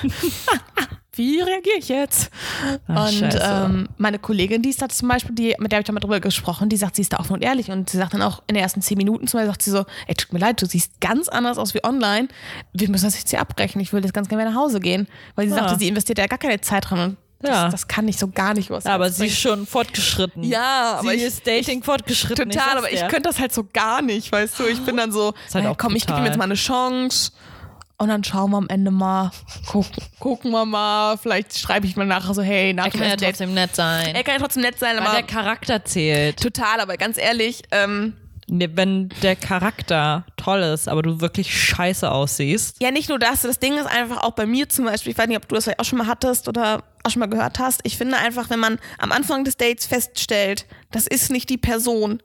[SPEAKER 1] Wie reagiere ich jetzt?
[SPEAKER 2] Ach,
[SPEAKER 1] und
[SPEAKER 2] Ah, scheiße.
[SPEAKER 1] ähm, meine Kollegin, die ist da zum Beispiel, die, mit der habe ich da mal drüber gesprochen, die sagt, sie ist da offen und ehrlich. Und sie sagt dann auch in den ersten zehn Minuten zu mir, sagt sie so, ey, tut mir leid, du siehst ganz anders aus wie online. Wir müssen das jetzt hier abbrechen. Ich will jetzt ganz gerne wieder nach Hause gehen. Weil sie
[SPEAKER 2] Ja.
[SPEAKER 1] sagte, sie investiert ja gar keine Zeit dran. Und
[SPEAKER 2] Ja.
[SPEAKER 1] das, das kann ich so gar nicht übers
[SPEAKER 2] Aber
[SPEAKER 1] Herz
[SPEAKER 2] sie ist schon fortgeschritten.
[SPEAKER 1] Ja,
[SPEAKER 2] sie
[SPEAKER 1] aber ich-
[SPEAKER 2] ist Dating fortgeschritten.
[SPEAKER 1] Total,
[SPEAKER 2] sag's
[SPEAKER 1] aber ich
[SPEAKER 2] dir.
[SPEAKER 1] könnte das halt so gar nicht, weißt du? Ich bin dann so,
[SPEAKER 2] halt
[SPEAKER 1] naja,
[SPEAKER 2] auch
[SPEAKER 1] komm, ich gebe ihm
[SPEAKER 2] brutal.
[SPEAKER 1] jetzt mal eine Chance. Und dann schauen wir am Ende mal, gucken, gucken wir mal, vielleicht schreibe ich mal nachher so, hey, nach
[SPEAKER 2] Er
[SPEAKER 1] dem
[SPEAKER 2] kann ja
[SPEAKER 1] ersten Date-
[SPEAKER 2] trotzdem nett sein.
[SPEAKER 1] Er kann ja trotzdem nett sein,
[SPEAKER 2] weil
[SPEAKER 1] aber
[SPEAKER 2] der Charakter zählt.
[SPEAKER 1] total, aber ganz ehrlich, ähm,
[SPEAKER 2] Nee, Wenn der Charakter toll ist, aber du wirklich scheiße aussiehst.
[SPEAKER 1] ja, nicht nur das, das Ding ist einfach auch bei mir zum Beispiel, ich weiß nicht, ob du das vielleicht auch schon mal hattest oder auch schon mal gehört hast, ich finde einfach, wenn man am Anfang des Dates feststellt, das ist nicht die Person,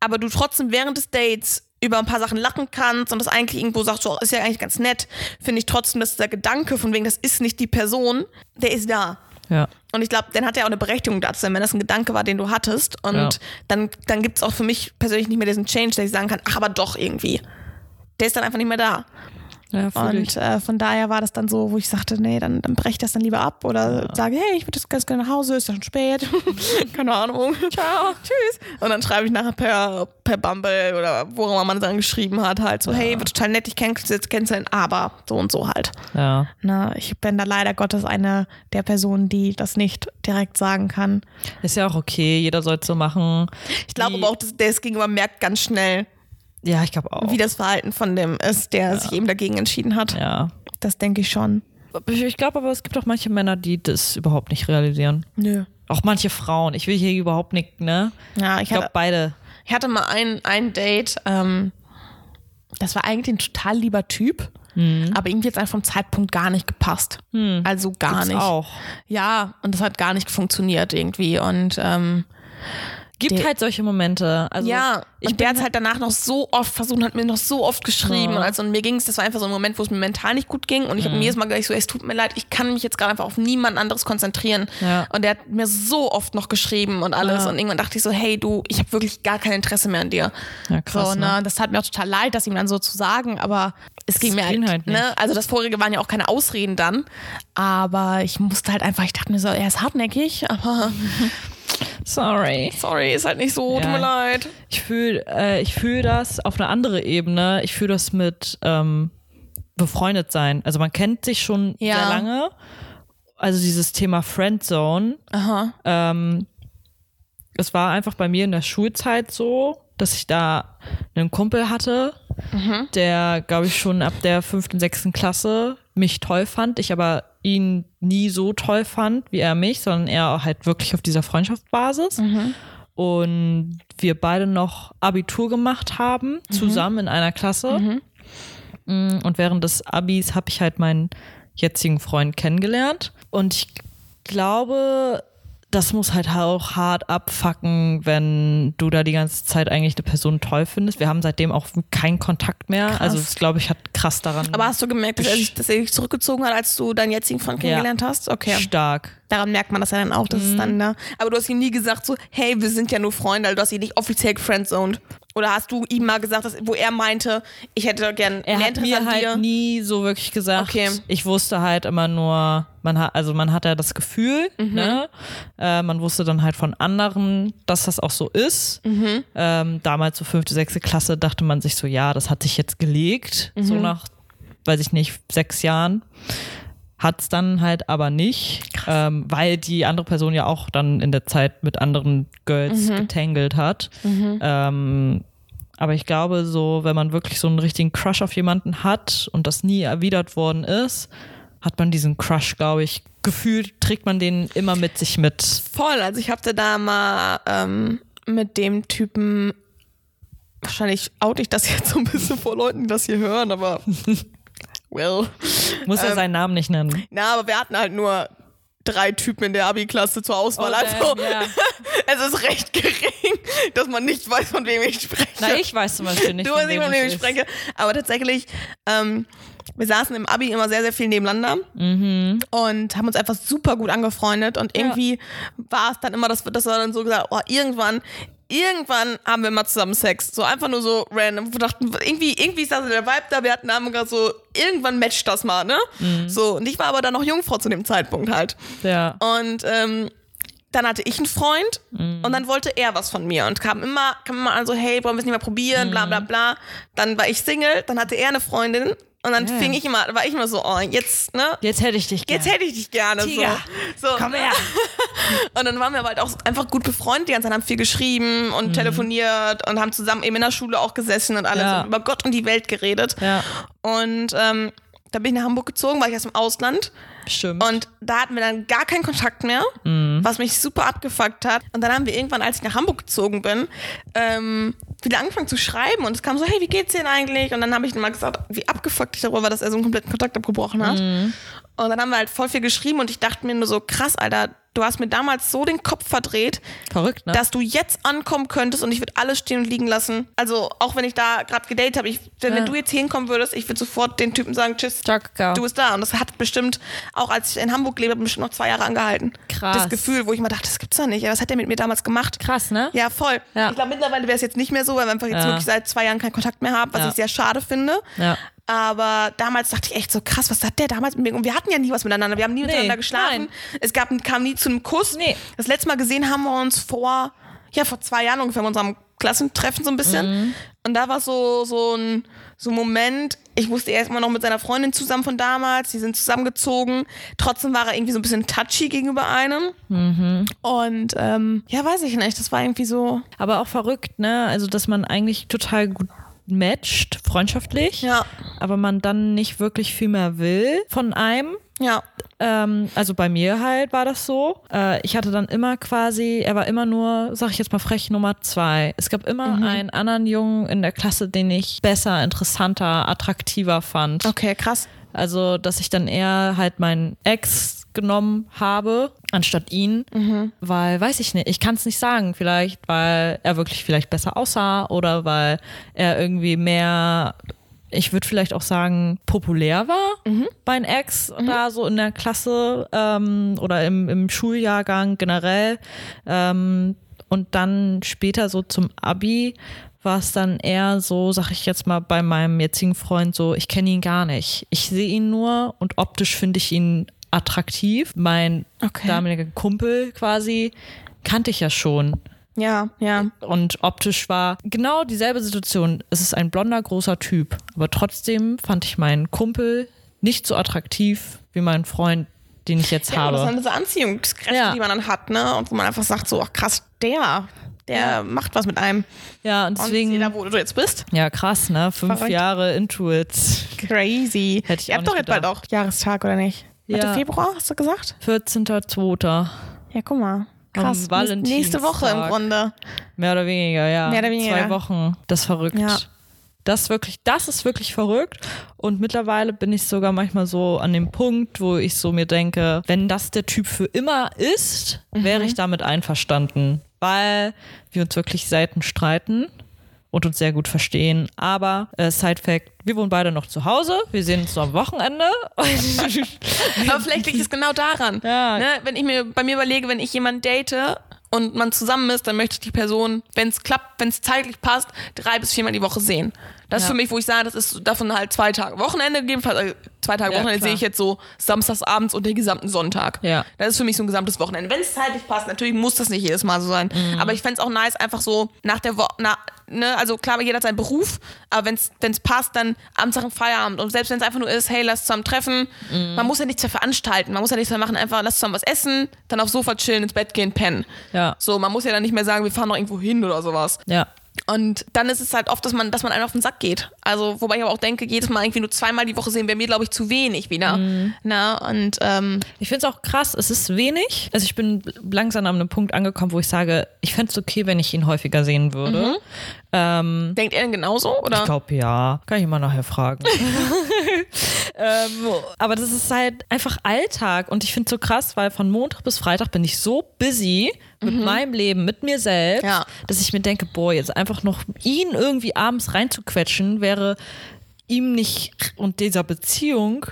[SPEAKER 1] aber du trotzdem während des Dates über ein paar Sachen lachen kannst und das eigentlich irgendwo sagst, so, ist ja eigentlich ganz nett, finde ich trotzdem, dass der Gedanke von wegen, das ist nicht die Person, der ist da.
[SPEAKER 2] Ja.
[SPEAKER 1] Und ich glaube, dann hat er auch eine Berechtigung dazu, wenn das ein Gedanke war, den du hattest. Und
[SPEAKER 2] Ja.
[SPEAKER 1] dann, dann gibt es auch für mich persönlich nicht mehr diesen Change, dass ich sagen kann, ach, aber doch irgendwie. Der ist dann einfach nicht mehr da.
[SPEAKER 2] Ja, fühl
[SPEAKER 1] Und
[SPEAKER 2] ich.
[SPEAKER 1] äh, von daher war das dann so, wo ich sagte, nee, dann, dann brech das dann lieber ab oder sage, hey, ich würde jetzt ganz gerne nach Hause, ist ja schon spät. Keine Ahnung. Ciao. Tschüss. Und dann schreibe ich nachher per, per Bumble oder worüber man dann geschrieben hat, halt so, hey, wird total nett, ich kenn jetzt kennenzulernen, aber so und so halt.
[SPEAKER 2] Ja.
[SPEAKER 1] Na, ich bin da leider Gottes eine der Personen, die das nicht direkt sagen kann.
[SPEAKER 2] Ist ja auch okay, jeder soll so machen.
[SPEAKER 1] Ich glaube
[SPEAKER 2] Die-
[SPEAKER 1] aber auch, dass der es gegenüber merkt ganz schnell,
[SPEAKER 2] Ja, ich glaube auch.
[SPEAKER 1] wie das Verhalten von dem ist, der sich eben dagegen entschieden hat.
[SPEAKER 2] Ja.
[SPEAKER 1] Das denke ich schon.
[SPEAKER 2] Ich, ich glaube aber, es gibt auch manche Männer, die das überhaupt nicht realisieren.
[SPEAKER 1] Nö.
[SPEAKER 2] Auch manche Frauen. Ich will hier überhaupt nicht, ne?
[SPEAKER 1] Ja,
[SPEAKER 2] Ich
[SPEAKER 1] ich,
[SPEAKER 2] glaube,
[SPEAKER 1] hatte,
[SPEAKER 2] beide.
[SPEAKER 1] ich hatte mal ein, ein Date, ähm, das war eigentlich ein total lieber Typ,
[SPEAKER 2] Mhm.
[SPEAKER 1] aber irgendwie jetzt einfach vom Zeitpunkt gar nicht gepasst. Also gar
[SPEAKER 2] Hm. Gibt's
[SPEAKER 1] nicht.
[SPEAKER 2] auch.
[SPEAKER 1] Ja, und das hat gar nicht funktioniert irgendwie. Und ähm,
[SPEAKER 2] Gibt
[SPEAKER 1] Der-
[SPEAKER 2] halt solche Momente. Also,
[SPEAKER 1] ja,
[SPEAKER 2] ich
[SPEAKER 1] und der hat halt danach noch so oft versucht und hat mir noch so oft geschrieben.
[SPEAKER 2] Ja. Mhm.
[SPEAKER 1] Und, also, und mir ging's, das war einfach so ein Moment, wo es mir mental nicht gut ging. Und ich habe mir jedes Mal gedacht, so, ey, es tut mir leid, ich kann mich jetzt gerade einfach auf niemand anderes konzentrieren.
[SPEAKER 2] Ja.
[SPEAKER 1] Und der hat mir so oft noch geschrieben und alles.
[SPEAKER 2] Ja.
[SPEAKER 1] Und irgendwann dachte ich so, hey du, ich habe wirklich gar kein Interesse mehr an dir.
[SPEAKER 2] Ja, krass,
[SPEAKER 1] so, ne? Das tat mir auch total leid, das ihm dann so zu sagen, aber es ging
[SPEAKER 2] Das
[SPEAKER 1] mir
[SPEAKER 2] ging
[SPEAKER 1] halt,
[SPEAKER 2] halt nicht.
[SPEAKER 1] ne? Also das vorige waren ja auch keine Ausreden dann. Aber ich musste halt einfach, ich dachte mir so, er ist hartnäckig, aber
[SPEAKER 2] sorry.
[SPEAKER 1] sorry, ist halt nicht so, tut
[SPEAKER 2] Ja.
[SPEAKER 1] mir leid.
[SPEAKER 2] Ich fühle äh, ich fühl das auf eine andere Ebene. Ich fühle das mit ähm, befreundet sein. Also man kennt sich schon
[SPEAKER 1] Ja.
[SPEAKER 2] sehr lange. Also dieses Thema Friendzone.
[SPEAKER 1] Aha.
[SPEAKER 2] Ähm, es war einfach bei mir in der Schulzeit so, dass ich da einen Kumpel hatte,
[SPEAKER 1] Mhm.
[SPEAKER 2] der, glaube ich, schon ab der fünften, sechsten Klasse mich toll fand. Ich aber ihn nie so toll fand, wie er mich, sondern eher halt wirklich auf dieser Freundschaftsbasis
[SPEAKER 1] Mhm.
[SPEAKER 2] und wir beide noch Abitur gemacht haben,
[SPEAKER 1] Mhm.
[SPEAKER 2] zusammen in einer Klasse. Mm, Und während des Abis habe ich halt meinen jetzigen Freund kennengelernt. Und ich glaube, das muss halt auch hart abfacken, wenn du da die ganze Zeit eigentlich eine Person toll findest. Wir haben seitdem auch keinen Kontakt mehr. Also, das glaube ich, hat krass daran
[SPEAKER 1] Aber hast du gemerkt, dass er, sich, dass er dich zurückgezogen hat, als du deinen jetzigen Freund kennengelernt hast? Okay.
[SPEAKER 2] stark.
[SPEAKER 1] Daran merkt man das ja dann auch, dass es dann, ne? Aber du hast ihm nie gesagt, so, hey, wir sind ja nur Freunde, also du hast ihn nicht offiziell gefriendzoned. Oder hast du ihm mal gesagt, dass, wo er meinte, ich hätte gern
[SPEAKER 2] Er
[SPEAKER 1] mehr
[SPEAKER 2] hat mir
[SPEAKER 1] an
[SPEAKER 2] halt
[SPEAKER 1] dir?
[SPEAKER 2] nie so wirklich gesagt.
[SPEAKER 1] Okay.
[SPEAKER 2] Ich wusste halt immer nur, man hat, also man hat ja das Gefühl,
[SPEAKER 1] Mhm.
[SPEAKER 2] ne? Äh, man wusste dann halt von anderen, dass das auch so ist.
[SPEAKER 1] Mhm.
[SPEAKER 2] Ähm, damals so fünfte, sechste Klasse dachte man sich so, ja, das hat sich jetzt gelegt, so
[SPEAKER 1] Mhm.
[SPEAKER 2] nach, weiß ich nicht, sechs Jahren. Hat's dann halt aber nicht, ähm, weil die andere Person ja auch dann in der Zeit mit anderen Girls
[SPEAKER 1] Mhm.
[SPEAKER 2] getangelt hat. Ähm, aber ich glaube, so, wenn man wirklich so einen richtigen Crush auf jemanden hat und das nie erwidert worden ist, hat man diesen Crush, glaube ich, gefühlt, trägt man den immer mit sich mit.
[SPEAKER 1] Voll, also ich hatte da mal ähm, mit dem Typen, wahrscheinlich oute ich das jetzt so ein bisschen vor Leuten, die das hier hören, aber well.
[SPEAKER 2] Muss
[SPEAKER 1] Ähm.
[SPEAKER 2] ja seinen Namen nicht nennen.
[SPEAKER 1] Na, aber wir hatten halt nur drei Typen in der Abi-Klasse zur Auswahl. also
[SPEAKER 2] Oh, damn, ja.
[SPEAKER 1] es ist recht gering, dass man nicht weiß, von wem ich spreche.
[SPEAKER 2] Na, ich weiß zum Beispiel nicht.
[SPEAKER 1] du
[SPEAKER 2] von
[SPEAKER 1] weißt nicht,
[SPEAKER 2] wem
[SPEAKER 1] von wem
[SPEAKER 2] es
[SPEAKER 1] ich
[SPEAKER 2] ist.
[SPEAKER 1] spreche. Aber tatsächlich ähm, wir saßen im Abi immer sehr, sehr viel nebeneinander und haben uns einfach super gut angefreundet und irgendwie war es dann immer, dass wir, dass wir dann so gesagt, oh, irgendwann, irgendwann haben wir mal zusammen Sex. So einfach nur so random. Wir dachten, irgendwie, irgendwie ist da so der Vibe da, wir hatten haben gerade so, irgendwann matcht das mal, ne? So, und ich war aber dann noch Jungfrau zu dem Zeitpunkt halt.
[SPEAKER 2] Ja.
[SPEAKER 1] Und ähm, dann hatte ich einen Freund und dann wollte er was von mir und kam immer, kam immer an so, hey, wollen wir es nicht mal probieren, bla
[SPEAKER 2] Mhm.
[SPEAKER 1] bla bla. Dann war ich Single, dann hatte er eine Freundin und dann
[SPEAKER 2] Ja.
[SPEAKER 1] fing ich immer, war ich immer so, oh, jetzt, ne?
[SPEAKER 2] Jetzt hätte ich dich gern.
[SPEAKER 1] Jetzt hätte ich dich gerne.
[SPEAKER 2] Tiger,
[SPEAKER 1] So. so.
[SPEAKER 2] Komm her.
[SPEAKER 1] Und dann waren wir aber halt auch einfach gut befreundet. Die ganze Zeit haben viel geschrieben
[SPEAKER 2] Mhm.
[SPEAKER 1] und telefoniert und haben zusammen eben in der Schule auch gesessen und alles
[SPEAKER 2] Ja.
[SPEAKER 1] und über Gott und die Welt geredet.
[SPEAKER 2] Ja,
[SPEAKER 1] Und ähm, da bin ich nach Hamburg gezogen, war ich aus dem Ausland.
[SPEAKER 2] stimmt.
[SPEAKER 1] Und da hatten wir dann gar keinen Kontakt mehr, was mich super abgefuckt hat. Und dann haben wir irgendwann, als ich nach Hamburg gezogen bin, ähm, wieder angefangen zu schreiben. Und es kam so, hey, wie geht's dir denn eigentlich? Und dann habe ich ihm mal gesagt, wie abgefuckt ich darüber war, dass er so einen kompletten Kontakt abgebrochen hat. Und dann haben wir halt voll viel geschrieben und ich dachte mir nur so, krass, Alter, du hast mir damals so den Kopf verdreht,
[SPEAKER 2] Verrückt, ne?
[SPEAKER 1] dass du jetzt ankommen könntest und ich würde alles stehen und liegen lassen. Also auch wenn ich da gerade gedatet habe, ich, wenn,
[SPEAKER 2] Ja.
[SPEAKER 1] wenn du jetzt hier hinkommen würdest, ich würde sofort den Typen sagen, tschüss,
[SPEAKER 2] Ciao, Kakao.
[SPEAKER 1] du bist da. Und das hat bestimmt, auch als ich in Hamburg lebe, bestimmt noch zwei Jahre angehalten.
[SPEAKER 2] Krass.
[SPEAKER 1] Das Gefühl, wo ich mal dachte, das gibt's doch nicht. Ja, Was hat der mit mir damals gemacht?
[SPEAKER 2] Krass, ne?
[SPEAKER 1] Ja, voll.
[SPEAKER 2] Ja.
[SPEAKER 1] Ich glaube, mittlerweile wäre es jetzt nicht mehr so, weil wir einfach jetzt
[SPEAKER 2] Ja.
[SPEAKER 1] wirklich seit zwei Jahren keinen Kontakt mehr haben, was
[SPEAKER 2] Ja.
[SPEAKER 1] ich sehr schade finde.
[SPEAKER 2] Ja.
[SPEAKER 1] Aber damals dachte ich echt so, krass, was hat der damals mit mir? Und wir hatten ja nie was miteinander. Wir haben nie miteinander geschlafen.
[SPEAKER 2] nein.
[SPEAKER 1] Es gab, kam nie zu einem Kuss.
[SPEAKER 2] Nee.
[SPEAKER 1] Das letzte Mal gesehen haben wir uns vor, ja, vor zwei Jahren ungefähr in unserem Klassentreffen so ein
[SPEAKER 2] Mhm.
[SPEAKER 1] bisschen. Und da war so, so ein so ein Moment, ich wusste er ist immer noch mit seiner Freundin zusammen von damals, die sind zusammengezogen. Trotzdem war er irgendwie so ein bisschen touchy gegenüber einem.
[SPEAKER 2] Mhm.
[SPEAKER 1] Und ähm, ja, weiß ich nicht, das war irgendwie so.
[SPEAKER 2] Aber auch verrückt, ne? Also, dass man eigentlich total gut matcht, freundschaftlich,
[SPEAKER 1] Ja.
[SPEAKER 2] aber man dann nicht wirklich viel mehr will von einem.
[SPEAKER 1] Ja,
[SPEAKER 2] Ähm, also bei mir halt war das so. Äh, ich hatte dann immer quasi, er war immer nur, sag ich jetzt mal frech, Nummer zwei. Es gab immer einen anderen Jungen in der Klasse, den ich besser, interessanter, attraktiver fand.
[SPEAKER 1] okay, krass.
[SPEAKER 2] Also, dass ich dann eher halt meinen Ex genommen habe, anstatt ihn, weil, weiß ich nicht, ich kann es nicht sagen. Vielleicht, weil er wirklich vielleicht besser aussah oder weil er irgendwie mehr, ich würde vielleicht auch sagen, populär war, mein Ex, da so in der Klasse ähm, oder im, im Schuljahrgang generell. Ähm, und dann später so zum Abi war es dann eher so, sag ich jetzt mal, bei meinem jetzigen Freund so, ich kenne ihn gar nicht. Ich sehe ihn nur und optisch finde ich ihn attraktiv. Mein
[SPEAKER 1] Okay.
[SPEAKER 2] damaliger Kumpel quasi kannte ich ja schon.
[SPEAKER 1] Ja, ja.
[SPEAKER 2] Und optisch war genau dieselbe Situation. Es ist ein blonder, großer Typ. Aber trotzdem fand ich meinen Kumpel nicht so attraktiv wie meinen Freund, den ich jetzt
[SPEAKER 1] Ja, aber
[SPEAKER 2] habe.
[SPEAKER 1] das sind diese Anziehungskräfte,
[SPEAKER 2] Ja.
[SPEAKER 1] die man dann hat, ne? Und wo man einfach sagt, so, ach krass, der, der macht was mit einem.
[SPEAKER 2] Ja,
[SPEAKER 1] Und
[SPEAKER 2] und deswegen.
[SPEAKER 1] jeder, wo du jetzt bist.
[SPEAKER 2] ja, krass, ne? Fünf
[SPEAKER 1] Verrückt.
[SPEAKER 2] Jahre Intuits.
[SPEAKER 1] Crazy.
[SPEAKER 2] Hätte ich
[SPEAKER 1] Ihr
[SPEAKER 2] auch
[SPEAKER 1] habt doch
[SPEAKER 2] nicht
[SPEAKER 1] jetzt bald auch Jahrestag, oder nicht? Mitte
[SPEAKER 2] Ja.
[SPEAKER 1] Februar, hast du gesagt?
[SPEAKER 2] 14.02.
[SPEAKER 1] Ja, guck mal.
[SPEAKER 2] Am
[SPEAKER 1] Krass. Nächste- Nächste
[SPEAKER 2] Valentinstag.
[SPEAKER 1] Woche im Grunde.
[SPEAKER 2] Mehr oder weniger, ja.
[SPEAKER 1] Mehr oder weniger.
[SPEAKER 2] Zwei Wochen. Das ist verrückt.
[SPEAKER 1] Ja.
[SPEAKER 2] Das wirklich, das ist wirklich verrückt. Und mittlerweile bin ich sogar manchmal so an dem Punkt, wo ich so mir denke, wenn das der Typ für immer ist,
[SPEAKER 1] Mhm.
[SPEAKER 2] wäre ich damit einverstanden. Weil wir uns wirklich Seiten streiten und uns sehr gut verstehen. Aber äh, Side Fact, wir wohnen beide noch zu Hause. Wir sehen uns nur am Wochenende.
[SPEAKER 1] Aber vielleicht liegt es genau daran.
[SPEAKER 2] Ja.
[SPEAKER 1] Ne? Wenn ich mir bei mir überlege, wenn ich jemanden date und man zusammen ist, dann möchte ich die Person, wenn es klappt, wenn es zeitlich passt, drei bis viermal die Woche sehen. Das ist
[SPEAKER 2] Ja.
[SPEAKER 1] für mich, wo ich sage, das ist davon halt zwei Tage Wochenende, gegebenenfalls äh, zwei Tage
[SPEAKER 2] Ja,
[SPEAKER 1] Wochenende
[SPEAKER 2] klar.
[SPEAKER 1] sehe ich jetzt so samstagsabends und den gesamten Sonntag.
[SPEAKER 2] Ja.
[SPEAKER 1] Das ist für mich so ein gesamtes Wochenende. Wenn es zeitlich passt, natürlich muss das nicht jedes Mal so sein. Aber ich fänd's auch nice, einfach so nach der Woche, ne, also klar, jeder hat seinen Beruf, aber wenn's wenn's passt, dann am Tag Feierabend. Und selbst wenn's einfach nur ist, hey, lass zusammen treffen. Man muss ja nichts mehr veranstalten, man muss ja nichts mehr machen, einfach lass zusammen was essen, dann aufs Sofa chillen, ins Bett gehen, pennen.
[SPEAKER 2] Ja.
[SPEAKER 1] So, man muss ja dann nicht mehr sagen, wir fahren noch irgendwo hin oder sowas.
[SPEAKER 2] ja.
[SPEAKER 1] Und dann ist es halt oft, dass man, dass man einem auf den Sack geht. Also, wobei ich aber auch denke, jedes Mal irgendwie nur zweimal die Woche sehen wäre mir, glaube ich, zu wenig wieder.
[SPEAKER 2] Mhm.
[SPEAKER 1] Na, und ähm,
[SPEAKER 2] Ich finde es auch krass, es ist wenig. Also ich bin langsam an einem Punkt angekommen, wo ich sage, ich fände es okay, wenn ich ihn häufiger sehen würde.
[SPEAKER 1] Mhm. denkt er denn genauso? Oder?
[SPEAKER 2] Ich glaube ja. Kann ich mal nachher fragen. ähm, aber das ist halt einfach Alltag und ich finde es so krass, weil von Montag bis Freitag bin ich so busy mit meinem Leben, mit mir selbst,
[SPEAKER 1] Mhm. Ja.
[SPEAKER 2] dass ich mir denke, boah, jetzt einfach noch ihn irgendwie abends reinzuquetschen wäre ihm nicht und dieser Beziehung